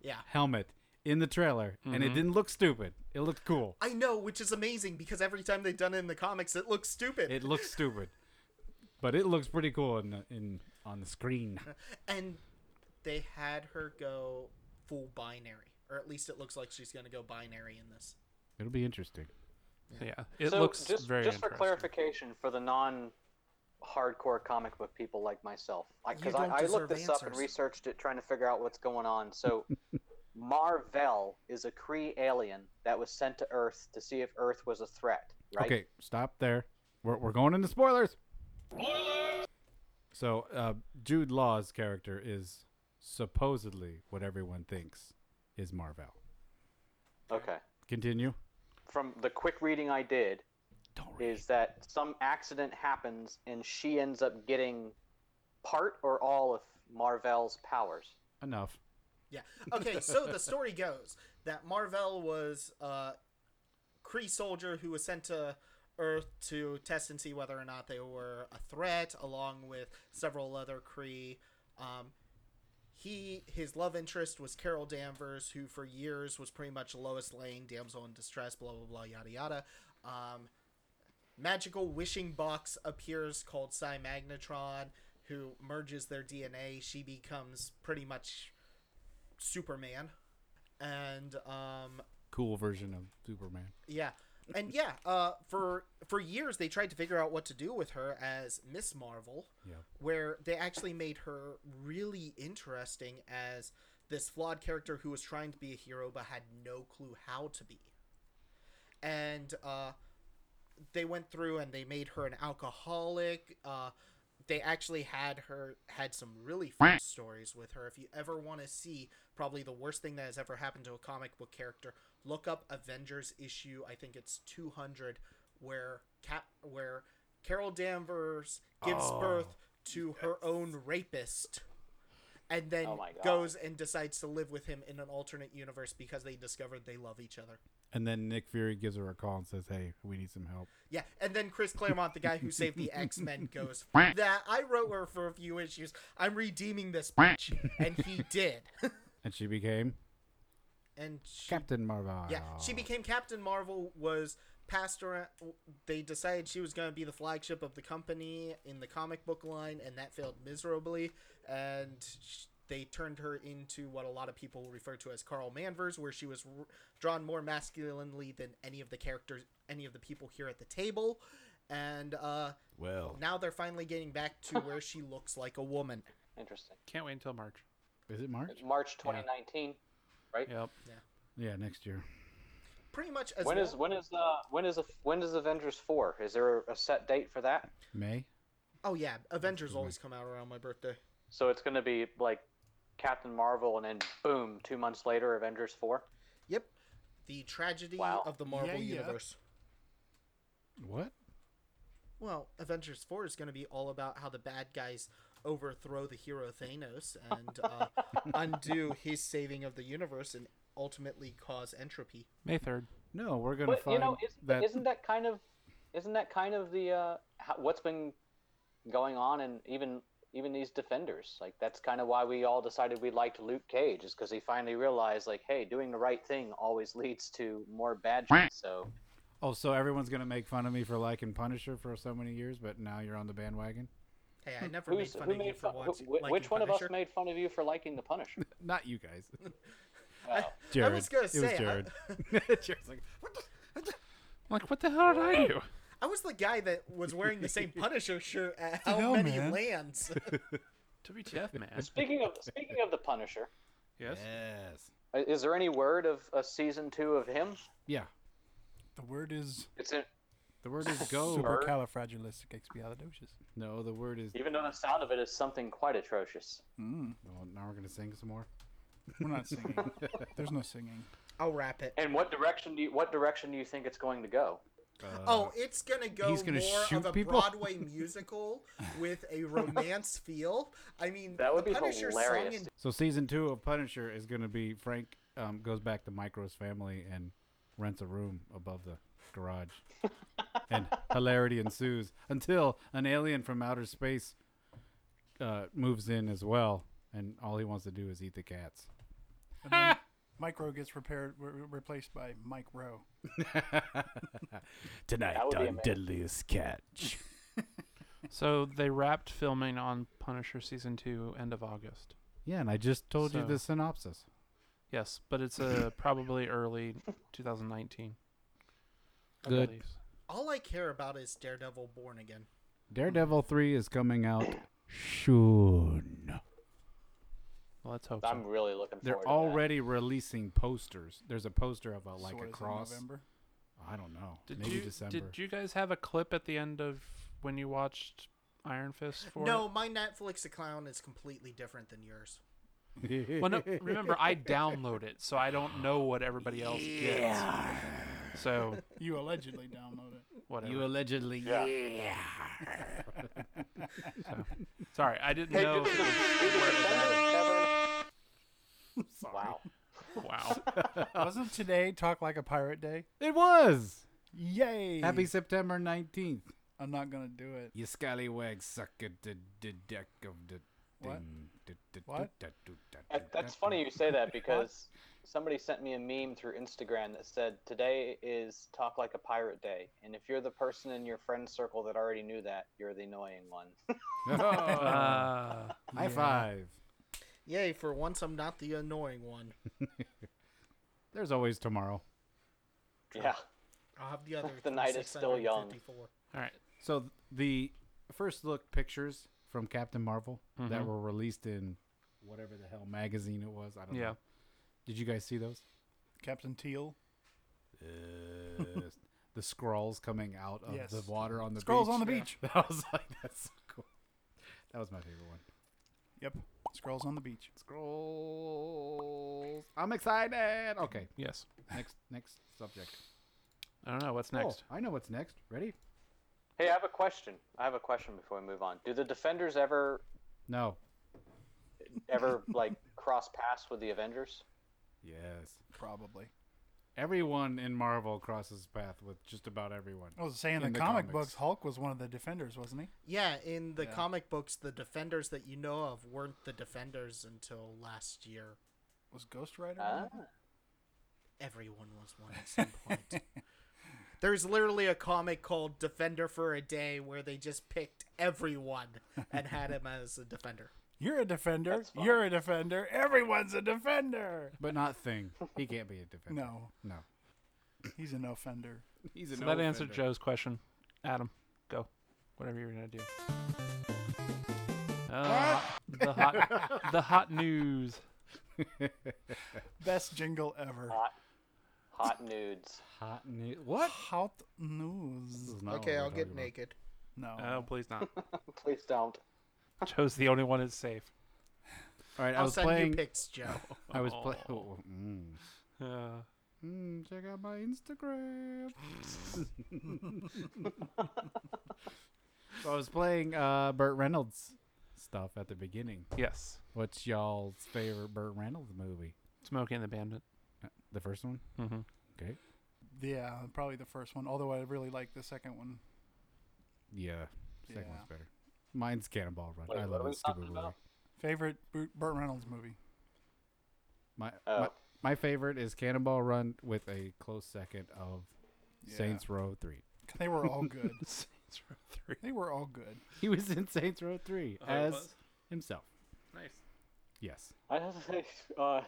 yeah.
helmet in the trailer, and it didn't look stupid. It looked cool.
I know, which is amazing because every time they've done it in the comics, it looks stupid.
It looks stupid, but it looks pretty cool in, the- in on the screen.
and they had her go full binary, or at least it looks like she's going to go binary in this.
It'll be interesting.
Yeah, it
so
looks
just,
very
just for
interesting.
clarification for the non hardcore comic book people like myself
You
because
don't
I, I
deserve
looked this up and
answers.
researched it trying to figure out what's going on so marvell is a cree alien that was sent to earth to see if earth was a threat right
Okay, stop there. We're, we're going into spoilers. So, uh, Jude Law's character is supposedly what everyone thinks is Marvel.
okay
Continue.
from the quick reading i did
Don't
is that some accident happens and she ends up getting part or all of marvell's powers
Enough.
Yeah. Okay, so the story goes that Marvell was a Kree soldier who was sent to Earth to test and see whether or not they were a threat, along with several other Kree. Um, he his love interest was Carol Danvers, who for years was pretty much Lois Lane, damsel in distress, blah blah blah, yada yada. Um, magical wishing box appears called Psy Magnetron, who merges their DNA. She becomes pretty much Superman, and um,
Cool version of Superman.
yeah, and yeah, uh, for for years they tried to figure out what to do with her as Miss Marvel,
Yep.
where they actually made her really interesting as this flawed character who was trying to be a hero but had no clue how to be. And uh, they went through and they made her an alcoholic. Uh, they actually had her had some really fun stories with her. If you ever want to see probably the worst thing that has ever happened to a comic book character, look up Avengers issue. I think it's two hundred, where Cap where Carol Danvers gives birth to her own rapist, and then
Oh my God.
goes and decides to live with him in an alternate universe because they discovered they love each other.
And then Nick Fury gives her a call and says, "Hey, we need some help."
Yeah, and then Chris Claremont, the guy who saved the X Men, goes, "F that. I wrote her for a few issues. I'm redeeming this bitch. And he did.
And she became
and she,
Captain Marvel.
yeah, she became Captain Marvel, was passed around. They decided she was going to be the flagship of the company in the comic book line, and that failed miserably. And sh they turned her into what a lot of people refer to as Carl Manvers, where she was r- drawn more masculinely than any of the characters, any of the people here at the table. And, uh,.
Well,
Now they're finally getting back to where she looks like a woman.
Interesting.
Can't wait until March.
Is it March?
March 2019.
Yep.
Yeah, next year.
Pretty much as
When
well-
is when is uh when is a, when is Avengers four? Is there a set date for that?
May.
Oh yeah, Avengers always come out around my birthday.
So it's going to be like Captain Marvel, and then boom, two months later, Avengers four.
Yep. The tragedy
Wow.
of the Marvel
Yeah, yeah.
universe.
What?
Well, Avengers 4 is going to be all about how the bad guys overthrow the hero Thanos and uh, undo his saving of the universe and ultimately cause entropy.
May 3rd.
No, we're gonna
But
find
you know, isn't
that.
that... isn't that kind of isn't that kind of the uh, how, what's been going on, and even even these defenders like that's kind of why we all decided we liked Luke Cage is because he finally realized like, hey, doing the right thing always leads to more bad shit. So
oh, so everyone's gonna make fun of me for liking Punisher for so many years, but now you're on the bandwagon.
Hey, I never made
who's
fun
who
of you
made
for
fun, who,
watching.
wh-
liking
which one of
Punisher.
us made fun of you for liking the Punisher?
Not you guys.
Well,
Jared.
I was gonna
It
say,
was
I-
Jared. Jared's like,
Like, what the hell did I do?
I was the guy that was wearing the same Punisher shirt at
the
how
hell,
many
man?
lands.
WTF, man.
speaking of speaking of the Punisher,
Yes.
yes.
i- is there any word of a season two of him?
yeah.
The word is
It's in,
The word is go.
supercalifragilisticexpialidocious.
no, the word is.
even though the sound of it is something quite atrocious.
Mm.
Oh, now we're gonna sing some more.
We're not singing. There's no singing.
I'll wrap it.
And what direction do you, what direction do you think it's going to go?
Uh,
Oh, it's gonna go
he's gonna
more
shoot
of a
people?
Broadway musical with a romance feel. I mean,
That would
the
be
Punisher
hilarious,
song
So season two of Punisher is going to be Frank um, goes back to Micro's family and rents a room above the garage, and hilarity ensues until an alien from outer space uh, moves in as well, and all he wants to do is eat the cats.
And then Micro gets repaired, re- replaced by Mike Rowe.
Tonight
That would be
on
amazing.
Deadliest Catch.
So they wrapped filming on Punisher season two end of August.
Yeah, and I just told you
So-
the synopsis.
Yes, but it's uh, probably early 2019. I
Good.
believe.
and all I care about is Daredevil Born Again.
Daredevil three is coming out soon.
Well, let's hope.
I'm
So.
really looking
They're
forward.
already releasing posters. There's a poster of a Oh, like
Sort
a
is in
cross.
November.
I don't know.
Did
maybe
you
December.
did you guys have a clip at the end of when you watched Iron Fist for
No, my Netflix account is completely different than yours.
it? Well, no. Remember, I download it, so I don't know what everybody else gets. So
You allegedly download it.
whatever.
You allegedly.
Yeah.
Sorry, I didn't know.
Dude, the defenders never- Wow.
wow.
Wasn't today Talk Like a Pirate Day?
It was.
Yay!
Happy September 19th.
I'm not gonna do it.
You scallywag suck at the, the deck of the
What?
thing. Du- du- du-
What?
du- du- du-
That,
du-
that's funny you say that because somebody sent me a meme through Instagram that said today is Talk Like a Pirate Day, and if you're the person in your friend circle that already knew that, you're the annoying one.
Oh,
Uh,
high five.
Yay, for once I'm not the annoying one.
There's always tomorrow.
yeah.
I'll have the other.
The night is still young.
654.
All right.
So th- the first look pictures from Captain Marvel that
Mhm.
were released in whatever the hell magazine it was. I don't
Yeah.
know. Did you guys see those?
Captain Teal.
Uh, the scrolls coming out of
Yes.
the water on the
Skrulls
beach.
on the beach.
That was like that's so cool. That was my favorite one.
Yep. Scrolls on the beach.
Scrolls. I'm excited. Okay.
Yes.
Next next subject.
I don't know what's
Oh,
next.
I know what's next. Ready?
Hey, I have a question. I have a question before we move on. Do the defenders ever
No.
ever like cross paths with the Avengers?
Yes.
Probably.
Everyone in Marvel crosses path with just about everyone.
I was saying the,
In
comic
comics.
books, Hulk was one of the defenders, wasn't he?
Yeah, in the
Yeah.
comic books, the defenders that you know of weren't the defenders until last year.
Was Ghost Rider?
Ah.
one?
Everyone was one at some point. There's literally a comic called Defender for a Day where they just picked everyone and had him as a defender.
You're a defender.
That's fine.
You're a defender. Everyone's a defender.
But not Thing. He can't be a defender.
No,
No.
he's an offender.
He's
So that answered Joe's question. Adam, go. Whatever you're gonna do. Uh, the hot, the hot news.
Best jingle ever.
Hot, hot nudes.
Hot new. What?
Hot news.
Okay, I'll get naked.
No.
Oh, please not.
Please don't.
Joe's the only one that's safe.
All right, I
I'll
was
send
playing.
you pics, Joe.
I was playing.
Oh.
Mm.
Uh,
Mm, check out my Instagram. so I was playing uh, Burt Reynolds stuff at the beginning.
yes.
What's y'all's favorite Burt Reynolds movie?
Smokey and the Bandit.
The first one.
Mm-hmm.
Okay.
Yeah, probably the first one. Although I really like the second one.
Yeah. Second
Yeah.
one's better. Mine's Cannonball Run.
Wait,
I
what
love
are we
that stupid
talking
movie.
about?
Favorite Burt Burt Reynolds movie.
My, my
Oh.
my favorite is Cannonball Run with a close second of
Yeah.
Saints Row Three.
They were all good.
Saints Row Three.
they were all good.
He was in Saints Row Three
Oh,
as himself.
nice.
Yes.
I have a, uh,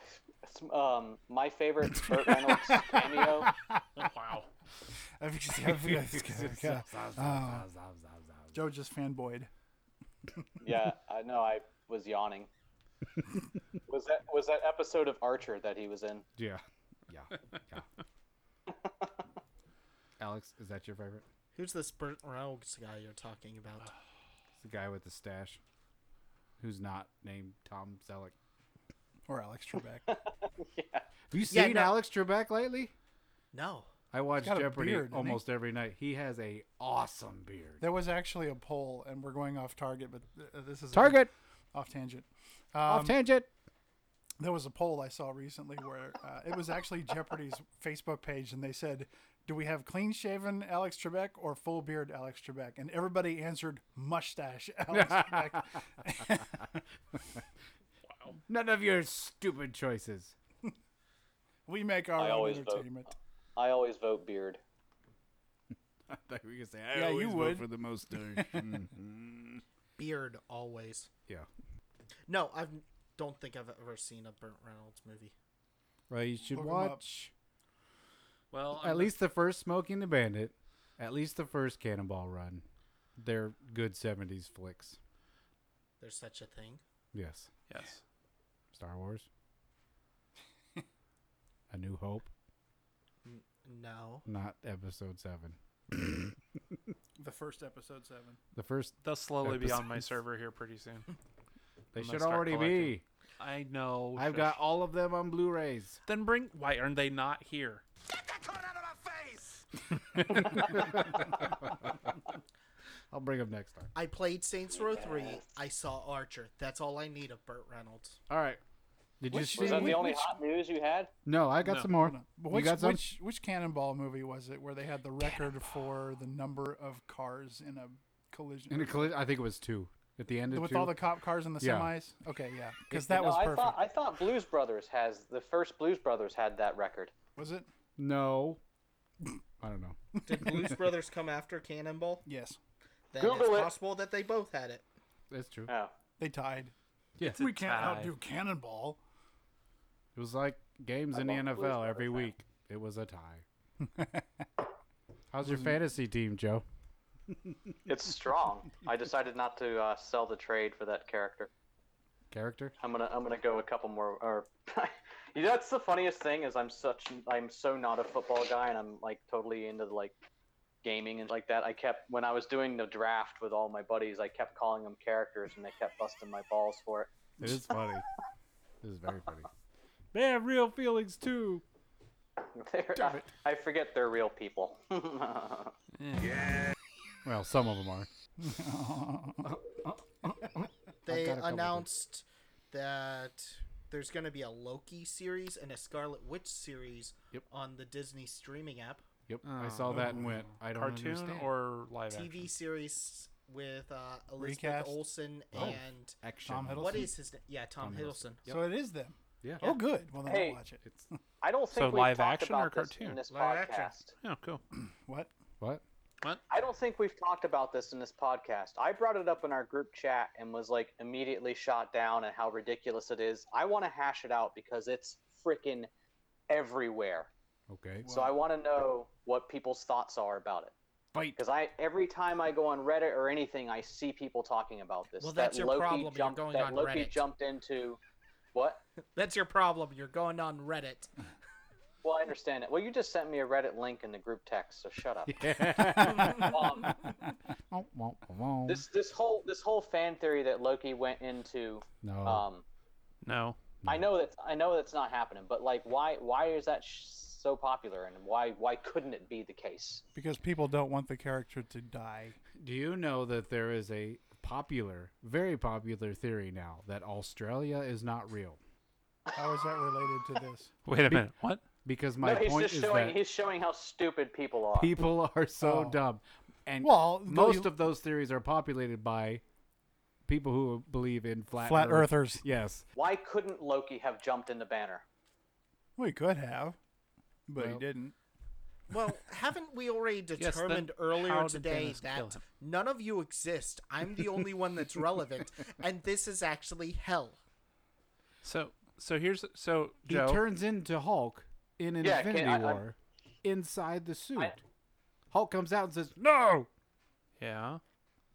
it's, um, my favorite Burt Reynolds cameo.
wow.
I've- I've- I've- yeah. Oh. Joe just fanboyed.
Yeah, I know. I was yawning. was that was that episode of Archer that he was in?
Yeah. Yeah. Yeah. Alex, is that your favorite?
Who's this Burt Reynolds guy you're talking about?
It's the guy with the stash, who's not named Tom Selleck.
Or Alex Trebek.
Have you
Yeah,
seen
no.
Alex Trebek lately?
No.
I watch
got a
Jeopardy
beard, doesn't he?
almost every night. He has a awesome beard.
there was actually a poll, and we're going off target, but th- uh, this is a-
Target
off tangent.
off
Um,
tangent.
There was a poll I saw recently where uh, it was actually Jeopardy's Facebook page, and they said, "Do we have clean-shaven Alex Trebek or full beard Alex Trebek?" And everybody answered mustache Alex Trebek.
None of your stupid choices.
We make our
I
own
always vote.
entertainment.
I always vote beard.
I thought you were gonna say,
Yeah, you would.
the uh, mustache.
Beard always.
yeah.
No, I don't think I've ever seen a Burt Reynolds movie.
Well, you should
Look 'em up.
watch
Well,
at least the first Smoking the Bandit, at least the first Cannonball Run. They're good '70s flicks.
There's such a thing.
Yes.
yes.
Star Wars. A New Hope,
No.
not Episode Seven.
The first episode seven.
The first
They'll slowly be on my
Episodes.
server here pretty soon.
they
I'm gonna
should
start
already be.
collecting. I know.
I've
shush.
got all of them on Blu-rays.
Then bring. Why aren't they not here?
I'll bring them next time.
I played Saints Row 3. I saw Archer. That's all I need of Burt Reynolds.
All right. Did
Which-
you
Was
see?
that the
Which-
only
which-
hot news you had?
No, I got
No.
some more.
But
you
which,
got some?
which which Cannonball movie was it where they had the record for the number of cars in a collision?
In a colli- I think it was two. At the end of
with
two.
all the cop cars and the
Yeah.
semis. Okay, yeah, because that was
no, I
perfect.
thought I thought Blues Brothers has the first Blues Brothers had that record.
Was it?
no. I don't know.
Did Blues Brothers come after Cannonball?
Yes,
Then
Google
it's
it.
possible that they both had it.
That's true.
Oh,
they tied.
Yeah.
we can't
tie.
outdo Cannonball.
It was like games
I
in the
love Blues
NFL every
Brothers, man.
week. It was a tie. How's your fantasy team, Joe?
It's strong. I decided not to uh, sell the trade for that character.
Character?
I'm gonna I'm gonna go a couple more. Or you know, that's the funniest thing is I'm such I'm so not a football guy, and I'm like totally into like gaming and like that. I kept when I was doing the draft with all my buddies, I kept calling them characters, and they kept busting my balls for it.
It is funny. it is very funny. They have real feelings too.
They're- I, I forget they're real people. yeah.
Well, some of them are.
they
got a couple of them.
announced that there's going to be a Loki series and a Scarlet Witch series on the Disney streaming app.
Yep, I saw that and went. I don't
Cartoon
understand.
or live
TV
action?
series with uh, Elizabeth
Recast?
Olsen
Oh,
and
action.
Tom
What
Hiddleston?
is his name? Yeah, Tom,
Tom
Hiddleston.
Hiddleston.
So it is them.
Yeah.
Oh, good. Well, then
Hey.
I'll watch it.
I don't think
So
we've
live
talked
action or
about this
cartoon?
in this
Live
podcast.
action.
Oh, cool.
What?
What?
I don't think we've talked about this in this podcast. I brought it up in our group chat and was like immediately shot down and how ridiculous it is. I want to hash it out because it's freaking everywhere.
Okay.
So I want to know what people's thoughts are about it.
Fight.
Because I every time I go on Reddit or anything, I see people talking about this.
Well,
That
that's your
Loki
problem, you're
Jumped,
going
that
on
Loki
Reddit.
jumped into what?
That's your problem. You're going on Reddit.
Well, I understand it. Well, you just sent me a Reddit link in the group text, so shut up. um, this this whole this whole fan theory that Loki went into.
No.
Um,
No.
I know that I know that's not happening, but like, why why is that sh- so popular, and why why couldn't it be the case?
Because people don't want the character to die.
Do you know that there is a popular, very popular theory now that Australia is not real?
How is that related to this?
Wait a minute. What?
Because my
no, he's
point
just
is
showing
that
he's showing how stupid people are.
people are so
Oh.
dumb, and
Well,
most
you-
of those theories are populated by people who believe in flat
Flat
Earth.
earthers.
Yes.
Why couldn't Loki have jumped in the banner?
We could have, but he
Well.
didn't.
Well, haven't we already
then
determined
how
earlier
did
today
Thanos kill
that
him?
none of you exist? I'm the only one that's relevant, and this is actually hell.
So so here's so
He
Joe.
turns into Hulk in an
Yeah, can-
Infinity
I- I'm-
War inside the suit. Hulk comes out and says, "No."
yeah.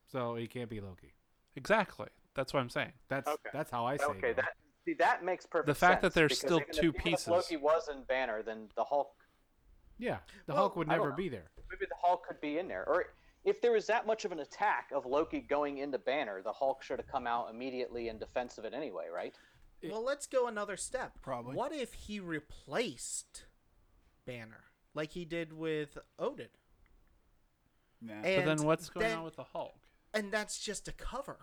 So he can't be Loki.
Exactly. That's what I'm saying.
That's
Okay.
that's how I say.
Okay,
it.
that see that makes perfect.
fact that
sense,
there's
because
still
even
two
if,
pieces.
Even if Loki was in banner, then the Hulk
Yeah, the
Well,
Hulk would
I don't
never
know.
be there.
maybe the Hulk could be in there, or if there was that much of an attack of Loki going into banner, the Hulk should have come out immediately in defense of it anyway, right?
well, let's go another step.
Probably.
What if he replaced Banner like he did with Odin?
Nah.
But
And
then what's going
then-
on with the Hulk?
And that's just a cover.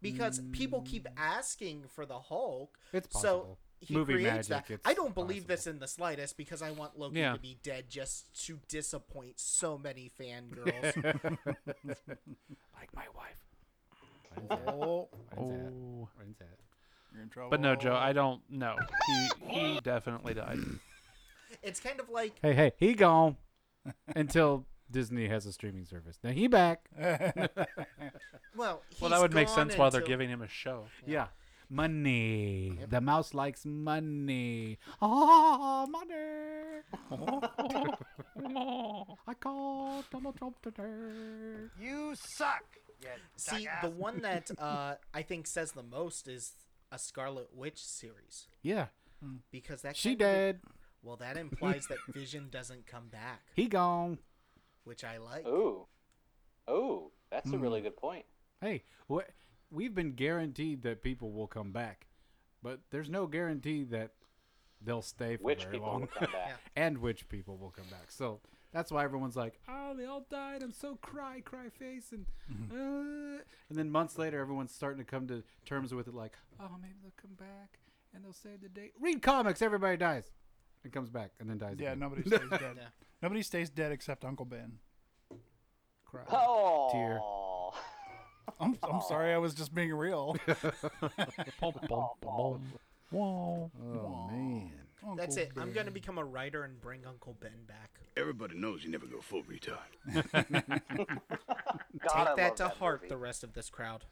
Because people keep
Mm.
asking for the Hulk.
It's
So
possible.
he
Movie
creates
magic,
that.
it's
I don't believe
possible.
this in the slightest because I want Loki
Yeah.
to be dead just to disappoint so many fangirls.
Like my wife.
Oh,
Oh.
you're in trouble.
But no, Joe, I don't know. He he definitely died.
it's kind of like
Hey, hey, he gone until Disney has a streaming service. Now he back. Yeah,
well.
Well,
he's
that would make
gone
sense while they're
until-
giving him a show.
money. The mouse likes money. Oh, money. I called Donald Trump today.
You suck. you
See,
jackass.
the one that uh, I think says the most is a Scarlet Witch series
Yeah,
because that
she
kind of-
dead.
Well, that implies that Vision doesn't come back,
He gone.
which I like.
Ooh, ooh, that's a
Hmm.
really good point.
Hey, what? We've been guaranteed that people will come back, but there's no guarantee that they'll stay for
Which
very
people
long.
will come back?
and which people will come back. So that's why everyone's like, "Oh, they all died. I'm so cry, cry face." And
Mm-hmm.
uh, and then months later, everyone's starting to come to terms with it. Like, "Oh, maybe they'll come back and they'll save the day." Read comics. Everybody dies. And comes back and then dies.
Yeah,
again.
nobody stays dead.
Yeah.
Nobody stays dead except Uncle Ben.
Cry.
Oh,
Dear.
I'm, I'm sorry, I was just being real.
Oh man.
That's
Uncle
it. I'm
Ben.
gonna become a writer and bring Uncle Ben back.
Everybody knows you never go full retard.
God, I
Take
love
that to heart,
movie.
the rest of this crowd.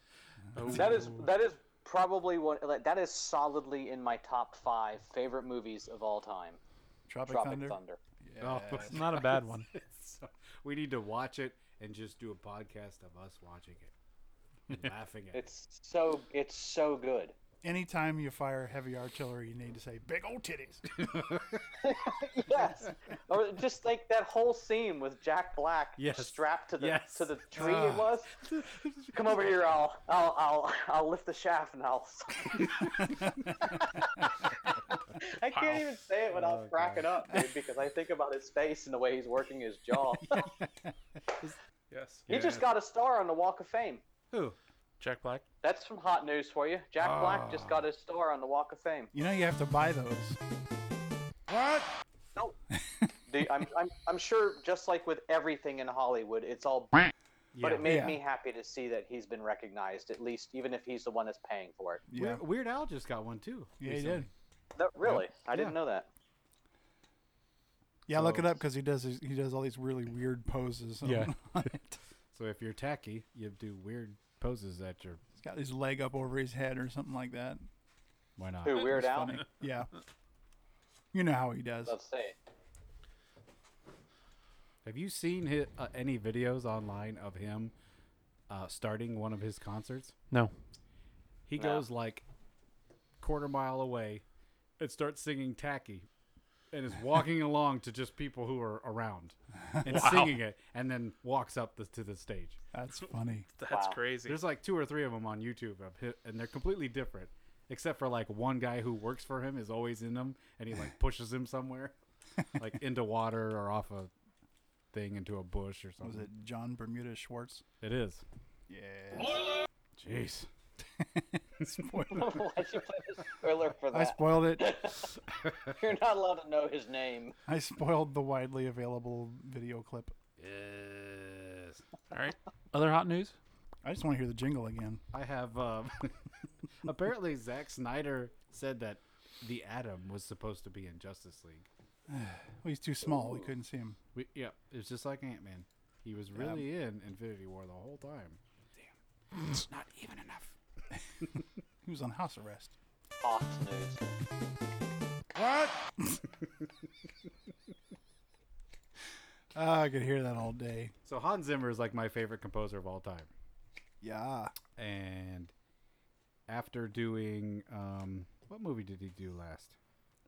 That is that is probably one like, that is solidly in my top five favorite movies of all time.
Tropic,
Tropic
Thunder.
Oh,
Thunder.
It's not a bad one.
We need to watch it and just do a podcast of us watching it, and laughing at it.
It's so it's so good.
Anytime you fire heavy artillery, you need to say big old titties.
yes, or just like that whole scene with Jack Black
Yes.
strapped to the
Yes.
to the tree.
Ah.
It was. Come over here. I'll I'll I'll I'll lift the shaft and I'll. I can't even say it
Oh,
without cracking up, dude, because I think about his face and the way he's working his jaw.
Yes.
He just got a star on the Walk of Fame.
Who?
Jack Black.
That's some hot news for you. Jack Black
Ah.
just got his star on the Walk of Fame.
You know you have to buy those.
What? No. Dude, I'm, I'm, I'm sure, just like with everything in Hollywood, it's all. But
Yeah.
it made
Yeah.
me happy to see that he's been recognized, at least, even if he's the one that's paying for it.
Weird, Weird Al just got one too.
Yeah, he
recently.
did.
That, really? I didn't
Yeah.
know that.
Yeah, look it up because he does he does all these really weird poses.
Yeah.
on it.
So if you're tacky, you do weird poses that you're.
he's got his leg up over his head or something like that.
Why not?
Who, Weird
It's
Al?
funny. Yeah, you know how he does.
Let's say.
Have you seen hi uh, any videos online of him uh, starting one of his concerts?
No.
He
No.
goes like quarter mile away and starts singing tacky and is walking along to just people who are around and
Wow.
singing it and then walks up the, to the stage.
That's funny.
That's crazy.
There's like two or three of them on YouTube of hi- and they're completely different except for like one guy who works for him is always in them and he like pushes him somewhere like into water or off a thing into a bush or
Was
something.
it John Bermuda Schwartz?
It is.
Yeah.
Jeez.
Spoiler.
Why'd you play the spoiler for that?
I spoiled it.
You're not allowed to know his name.
I spoiled the widely available video clip.
Yes.
All right. Other hot news?
I just want to hear the jingle again.
I have. Um, apparently, Zack Snyder said that the Atom was supposed to be in Justice League.
Well, he's too small. We couldn't see him.
We, yeah, it's just like Ant Man. He was really in Infinity War the whole time. Damn, it's not even enough.
He was on house arrest.
Fox News.
What? Ah, I could hear that all day.
So Hans Zimmer is like my favorite composer of all time.
Yeah.
and after doing um, what movie did he do last?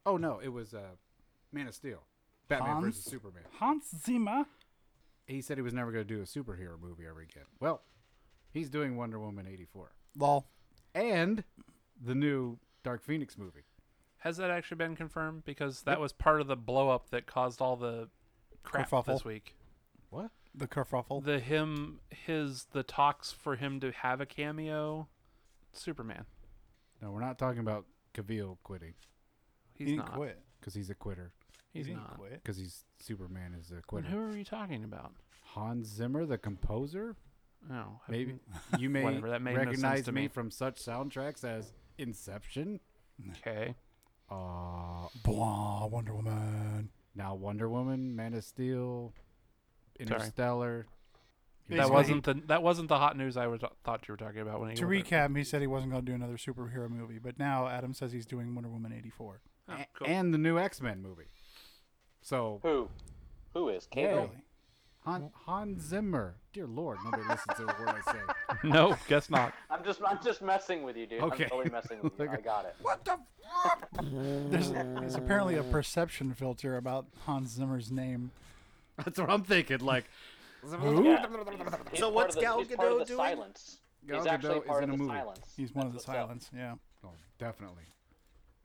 Oh no, it was uh, Man of Steel, Batman
Hans?
versus Superman.
Hans Zimmer.
He said he was never going to do a superhero movie ever again. Well, he's doing Wonder Woman eighty four
Lol.
and the new Dark Phoenix movie.
Has that actually been confirmed? Because that was part of the blow up that caused all the crap this
Kerfuffle.
week.
What?
The kerfuffle.
The him his the talks for him to have a cameo Superman.
No, we're not talking about Cavill quitting
He's
he didn't
not.
quit.
because he's a quitter.
He's
he didn't
not.
quit.
Because he's Superman is a
And who
quitter.
are you talking about? Oh,
Hans Zimmer, the composer.
No. I
Maybe
mean,
you may
Whatever, that made no sense
recognize
to
me
me.
from such soundtracks as Inception.
Okay.
Uh,
Blah, Wonder Woman.
now Wonder Woman, Man of Steel, Interstellar.
That
Basically,
wasn't the that wasn't the hot news I was, thought you were talking about when he
To recap, he said he wasn't going to do another superhero movie, but now Adam says he's doing Wonder Woman 84.
Oh, cool.
And the new X Men movie. So
Who? Who is?
Oh.
Cable?
Really?
Han, Hans Zimmer, dear lord, nobody listens to a word I say.
no, guess not.
I'm just I'm just messing with you, dude.
Okay.
I'm totally messing with you. I got it.
There's, there's apparently a perception filter about Hans Zimmer's name.
That's what I'm thinking. Like
Yeah. He's
So
part
what's
of the,
Gal
he's part of
Gadot
the
doing?
Silence.
Gal
he's actually
Gadot is
part
in
of
a
the
movie.
silence.
He's one of the
That's what's up.
silence. Yeah.
Oh, definitely.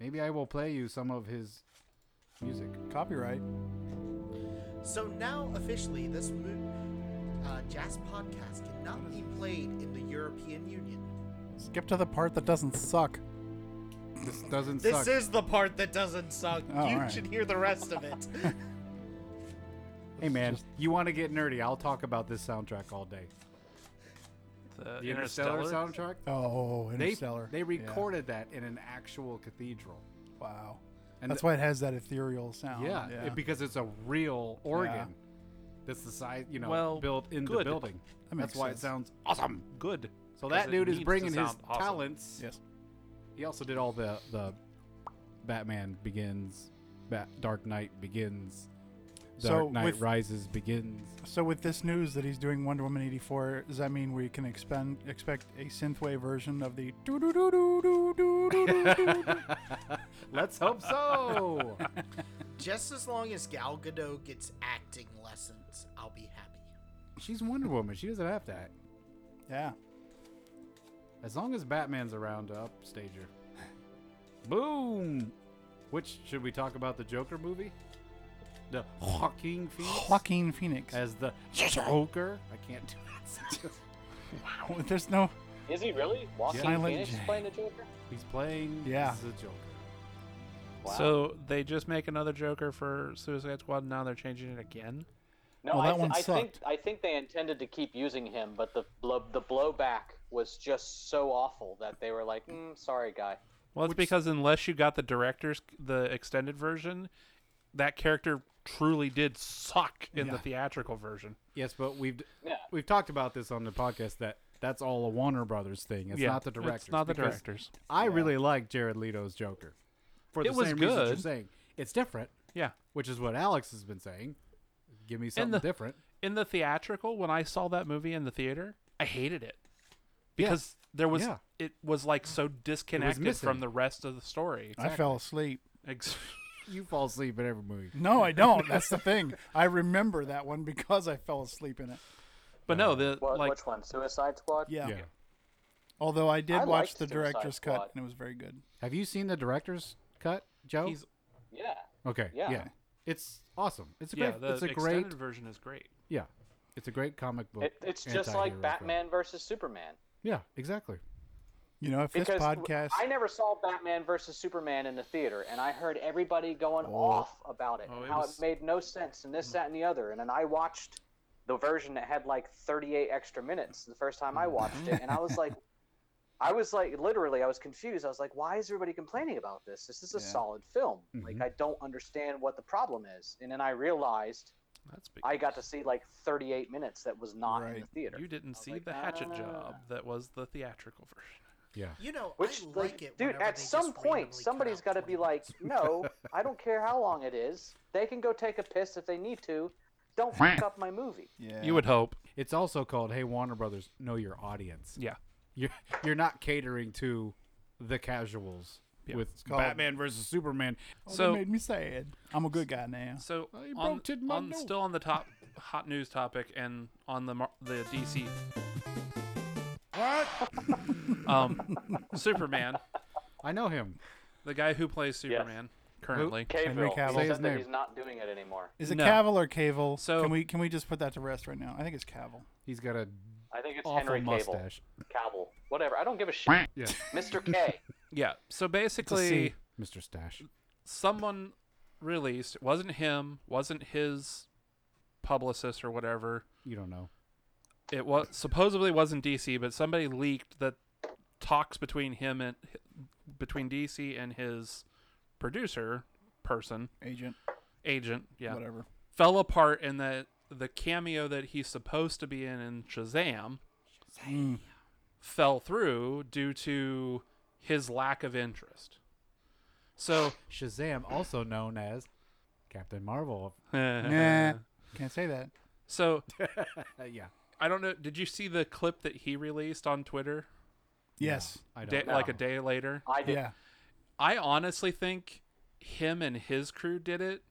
Maybe I will play you some of his music.
Copyright.
So now officially, this mo- uh, jazz podcast cannot be played in the European Union.
Skip to the part that doesn't suck.
This doesn't
This
suck.
is the part that doesn't suck.
Oh,
you
all right.
should hear the rest of it.
hey man, you want to get nerdy? I'll talk about this soundtrack all day.
The
The Interstellar, soundtrack.
Oh,
They,
Interstellar.
they
Yeah.
recorded that in an actual cathedral.
Wow.
And
That's
the-
why it has that ethereal sound.
Yeah,
Oh, Yeah.
it- because it's a real organ. That's the size, you know,
Well,
built in the
good.
building.
That
That's
makes
why it
sense.
sounds awesome.
Good.
So
'Cause
that
it
dude
needs
is
to
bringing his
sound awesome.
talents.
yes.
He also did all the the Batman Begins, Bat Dark Knight Begins. Dark
So
Knight
with-
Rises begins.
So with this news that he's doing Wonder Woman 84, does that mean we can expend, expect a synthwave version of the
Let's hope so.
Just as long as Gal Gadot gets acting lessons, I'll be happy.
She's Wonder Woman. She doesn't have to act.
Yeah.
As long as Batman's around to upstage her. Boom. Which should we talk about the Joker movie? The Joaquin Phoenix
Joaquin Phoenix?
as the Joker. I can't do that. sound.
There's no
Is he really? Walking
Silent
Phoenix
J.
playing the Joker?
He's playing
Yeah.
the Joker.
Wow.
So they just make another Joker for Suicide Squad, and now they're changing it again.
no,
well,
I,
that
th-
one
I think
sucked.
I think they intended to keep using him, but the blow, the blowback was just so awful that they were like, mm, "Sorry, guy."
Well, it's
Which-
because unless you got the director's the extended version, that character truly did suck in the
Yeah.
theatrical version.
Yes, but we've
Yeah.
we've talked about this on the podcast that that's all a Warner Brothers thing. It's
Yeah,
not the director.
It's not the directors.
I really like Jared Leto's Joker. For the
It was
same reasons you're
good.
saying. It's different,
Yeah.
which is what Alex has been saying. Give me something
the-
different.
In the theatrical, when I saw that movie in the theater, I hated it because there was
Yeah.
it was like so disconnected
missing.
from the rest of the story.
I fell asleep.
Ex-
You fall asleep in every movie.
No, I don't. That's the thing. I remember that one because I fell asleep in it.
but no, the
What,
like
which one? Suicide Squad.
Yeah.
Yeah.
Although I did
I
watch
liked
the
Suicide
director's
Squad.
cut and it was very good.
Have you seen the director's cut, Joe?
he's
Yeah.
okay.
yeah.
It's awesome. It's a
yeah,
great.
the
it's a
extended
great.
version is great.
Yeah. It's a great comic book.
It, it's just like
anti-hero film.
Batman versus Superman.
Yeah. Exactly.
You know, if this
Because w-
podcast
I never saw Batman versus Superman in the theater, and I heard everybody going off about it,
Oh,
and
it
how
was-
it made no sense, and this, that, and the other. And then I watched the version that had like 38 extra minutes the first time I watched it, and I was like, I was like, literally, I was confused. I was like, why is everybody complaining about this? This is a solid film.
Mm-hmm.
Like, I don't understand what the problem is. And then I realized
That's big.
I got to see like 38 minutes that was not in the
Right.
theater.
You didn't see
like,
the hatchet
"Ah."
job that was the theatrical version.
Yeah.
You know,
Which,
I like,
like,
it.
dude,
whenever
at
they
some
just randomly
point,
cut
somebody's
out
got to be
20
like,
minutes.
no, I don't care how long it is. They can go take a piss if they need to. Don't fuck up my movie.
yeah.
You would hope.
It's also called Hey Warner Brothers, Know Your Audience.
Yeah.
You're you're not catering to the casuals
Yeah.
with
called-
Batman versus Superman.
oh,
so-
that made me sad. I'm a good guy now.
So
I
on,
broke it, my
on-
nose.
still on the top hot news topic and on the mar- the DC. What? um, Superman,
I know him.
the guy who plays Superman currently.
Henry Cavill.
Say his name.
not doing it anymore.
Is it
No.
Cavill or Cavill?
So-
can we can we just put that to rest right now? I think it's Cavill.
He's got a
I think it's
awful mustache.
Cavill. Whatever. I don't give a shit.
Yeah.
Mr. K.
Yeah. So
It's a C,
basically,
Mr. Stash.
someone released. It wasn't him. Wasn't his publicist or whatever.
You don't know.
It was supposedly wasn't DC, but somebody leaked that talks between him and between DC and his producer person
Agent.
agent. Yeah.
Whatever.
fell apart in that the cameo that he's supposed to be in in Shazam
Mm.
fell through due to his lack of interest. So,
Shazam, also known as Captain Marvel.
Nah. Can't say that.
so
Uh, yeah.
I don't know. Did you see the clip that he released on Twitter,
Yes.
I
day,
don't know.
like a day later?
I did.
Yeah.
I honestly think him and his crew did it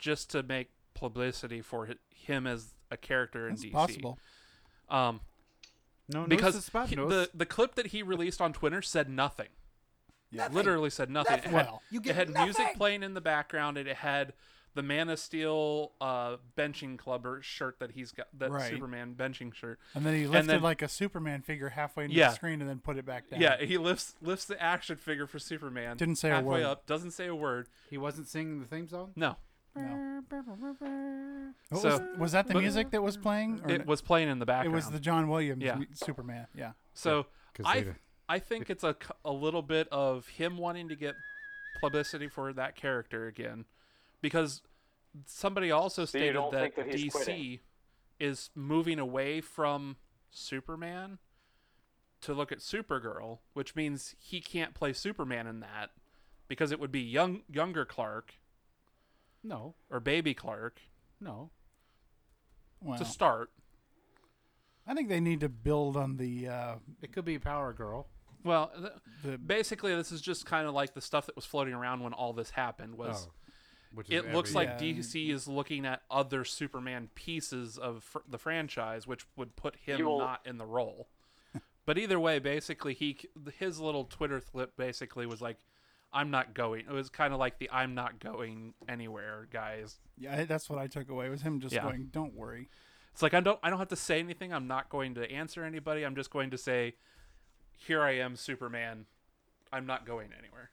just to make publicity for hi- him as a character in
It's
DC.
possible.
Um,
no, no
because
suspense.
he- the the clip that he released on Twitter said nothing. Literally said nothing. It had,
Well,
it had music playing in the background, and it had the Man of Steel uh, benching club or shirt that he's got, that
Right.
Superman benching shirt.
And then he lifted
then-
like a Superman figure halfway into
Yeah.
the screen and then put it back down.
Yeah, he lifts lifts the action figure for Superman.
Didn't say a
halfway
word.
up, doesn't say a word.
he wasn't singing the theme song?
No,
No.
So-
What was, was that the
but-
music that was playing? Or
it was playing in the
it
background.
was the John Williams
Yeah.
mu- Superman. Yeah.
So
'cause
I
they don't-
I think it's a, c- a little bit of him wanting to get publicity for that character again, because somebody also
you
stated
don't
that,
think that
DC
he's quitting?
is moving away from Superman to look at Supergirl, which means he can't play Superman in that because it would be young younger Clark
No.
or baby Clark. No.
Well,
To start.
I think they need to build on the. Uh,
it could be Power Girl.
Well, th- basically, this is just kind of like the stuff that was floating around when all this happened. Was
Oh, which is
it looks
every-
like
Yeah.
DC is looking at other Superman pieces of fr- the franchise, which would put him
You will-
not in the role. but either way, basically, he c- his little Twitter clip basically was like, "I'm not going." It was kind of like the "I'm not going anywhere" guys.
yeah, I- that's what I took away was him just
Yeah.
going, "Don't worry."
It's like I don't I don't have to say anything. I'm not going to answer anybody. I'm just going to say, "Here I am, Superman. I'm not going anywhere."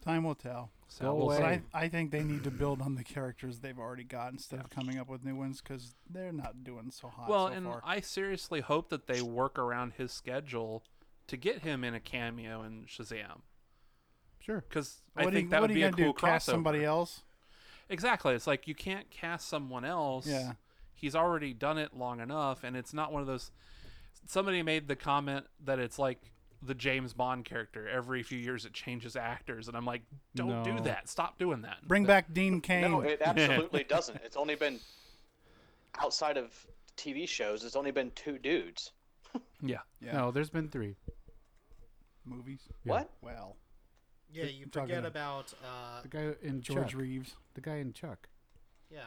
Time will tell.
So Go we'll
But
away.
I, I think they need to build on the characters they've already got instead of coming up with new ones because they're not doing so hot
well,
so
and
far.
I seriously hope that they work around his schedule to get him in a cameo in Shazam.
Sure.
Because
what
I
are
think
you,
that
what
would
are
be
you
a
gonna
cool
do? Cast
crossover.
somebody else?
Exactly. It's like you can't cast someone else.
Yeah.
He's already done it long enough, and it's not one of those. Somebody made the comment that it's like the James Bond character. Every few years it changes actors, and I'm like, don't do
No.
that. Stop doing that.
Bring back Dean Kane.
No, it absolutely doesn't. It's only been outside of TV shows. It's only been two dudes.
Yeah.
No, there's been three.
Movies.
Yeah. What?
Well.
Yeah,
Th-
you
talking
forget
to-
about uh,
the guy in
George
Chuck.
Reeves.
The guy in Chuck.
yeah,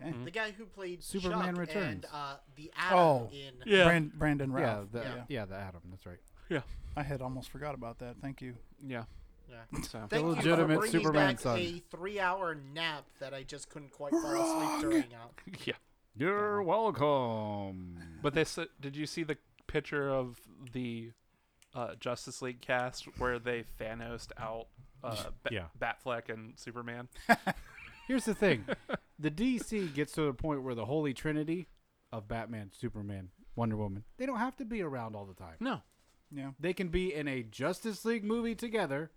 Eh.
Mm-hmm.
the guy who played
Hmm? Superman
Chuck and
Returns.
uh, the Atom
oh,
in
Brand, Brandon Ralph.
Yeah, the, yeah. the Adam. That's right.
Yeah.
I had almost forgot about that. Thank you.
Yeah.
Yeah.
So.
Thank you
legitimate
for bringing
Superman
back
son.
a three-hour nap that I just couldn't quite fall asleep during. Out.
yeah.
You're welcome.
But they said, did you see the picture of the uh, Justice League cast where they Thanos out uh, Ba-
Yeah.
Batfleck and Superman?
Here's the thing the DC gets to the point where the holy trinity of Batman, Superman, Wonder Woman, they don't have to be around all the time.
No.
Yeah.
They can be in a Justice League movie together,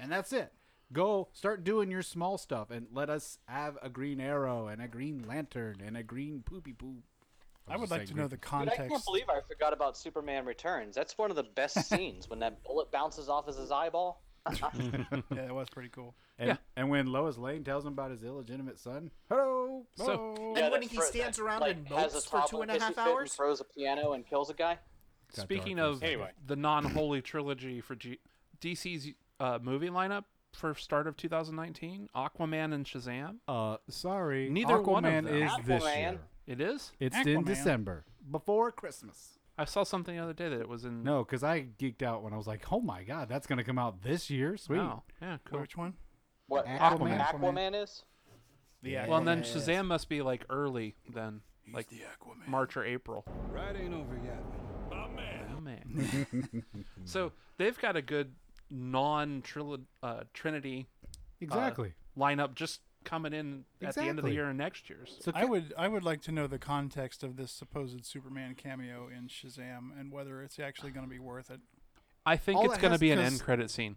and that's it. Go start doing your small stuff and let us have a Green Arrow and a Green Lantern and a Green Poopy Poop.
I would like to know the
Dude, I can't
context.
believe I forgot about Superman Returns. That's one of the best scenes when that bullet bounces off his eyeball.
yeah, that was pretty cool.
And, and when Lois Lane tells him about his illegitimate son, hello.
So-
hello.
Yeah,
when
that
he
fro-
stands
that,
around
like,
and
has a
mopes for
toddler
two and a
hissy
half
fit and
hours?
throws a pipiano and kills a guy.
Got
Speaking
dark for a
of
second.
the non-holy trilogy for G- DC's uh, movie lineup for start of 2019, Aquaman and Shazam.
uh, sorry,
Neither
Aquaman
one of them.
is this
Aquaman.
year.
It is.
It's in
Aquaman.
December before Christmas.
I saw something the other day that it was in.
No, because I geeked out when I was like, "Oh my god, that's gonna come out this year!" Sweet.
Wow. Oh, Yeah. Cool.
Which one?
What
Aquaman.
Aquaman is?
The
Well, and then
Aquaman.
Shazam must be like early then, like March or April.
Ride ain't over yet.
Oh man. so they've got a good non-trinity uh, Trinity uh,
Exactly.
lineup just coming in at the end of the
Exactly.
year and next year's.
so
I would I would like to know the context of this supposed Superman cameo in Shazam and whether it's actually going to be worth it.
I think
All
it's
it
going to
has
be an
to
end
s-
credit scene.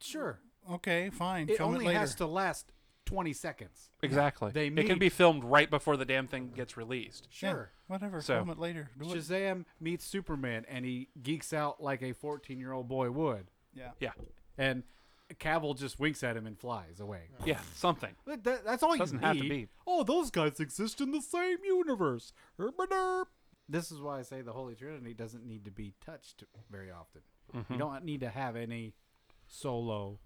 sure,
Okay, fine.
it
Film
only
it later.
has to last twenty seconds.
Exactly.
They
it can
meet-
be filmed right before the damn thing gets released.
Yeah,
Sure.
whatever.
So-
Film it later. Do it.
Shazam meets Superman, and he geeks out like a fourteen-year-old boy would,
Yeah.
Yeah.
and Cavill just winks at him and flies away.
Yeah, something.
That- that- that's all you
Doesn't
need.
have to be.
Oh, those guys exist in the same universe. Herp-a-derp. This is why I say the Holy Trinity doesn't need to be touched very often.
Mm-hmm.
You don't need to have any solo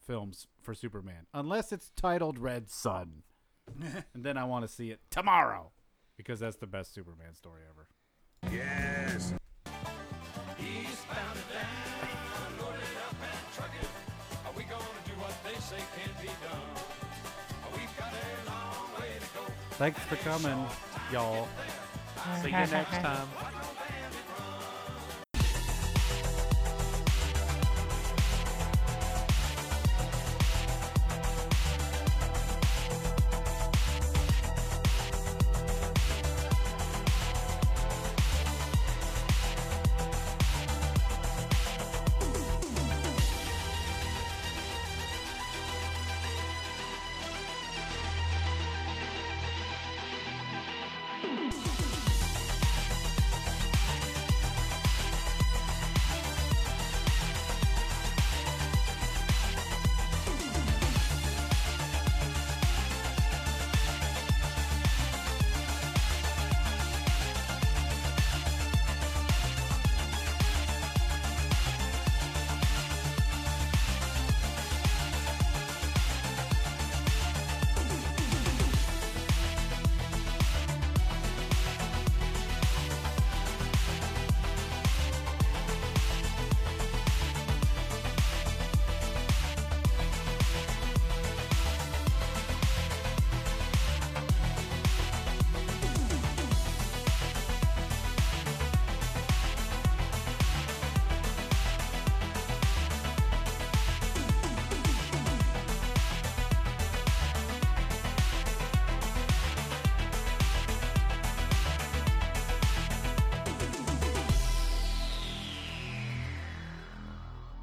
films for Superman unless it's titled Red Sun, and then I want to see it tomorrow because that's the best Superman story ever. Thanks for coming, y'all.
See you next time.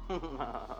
All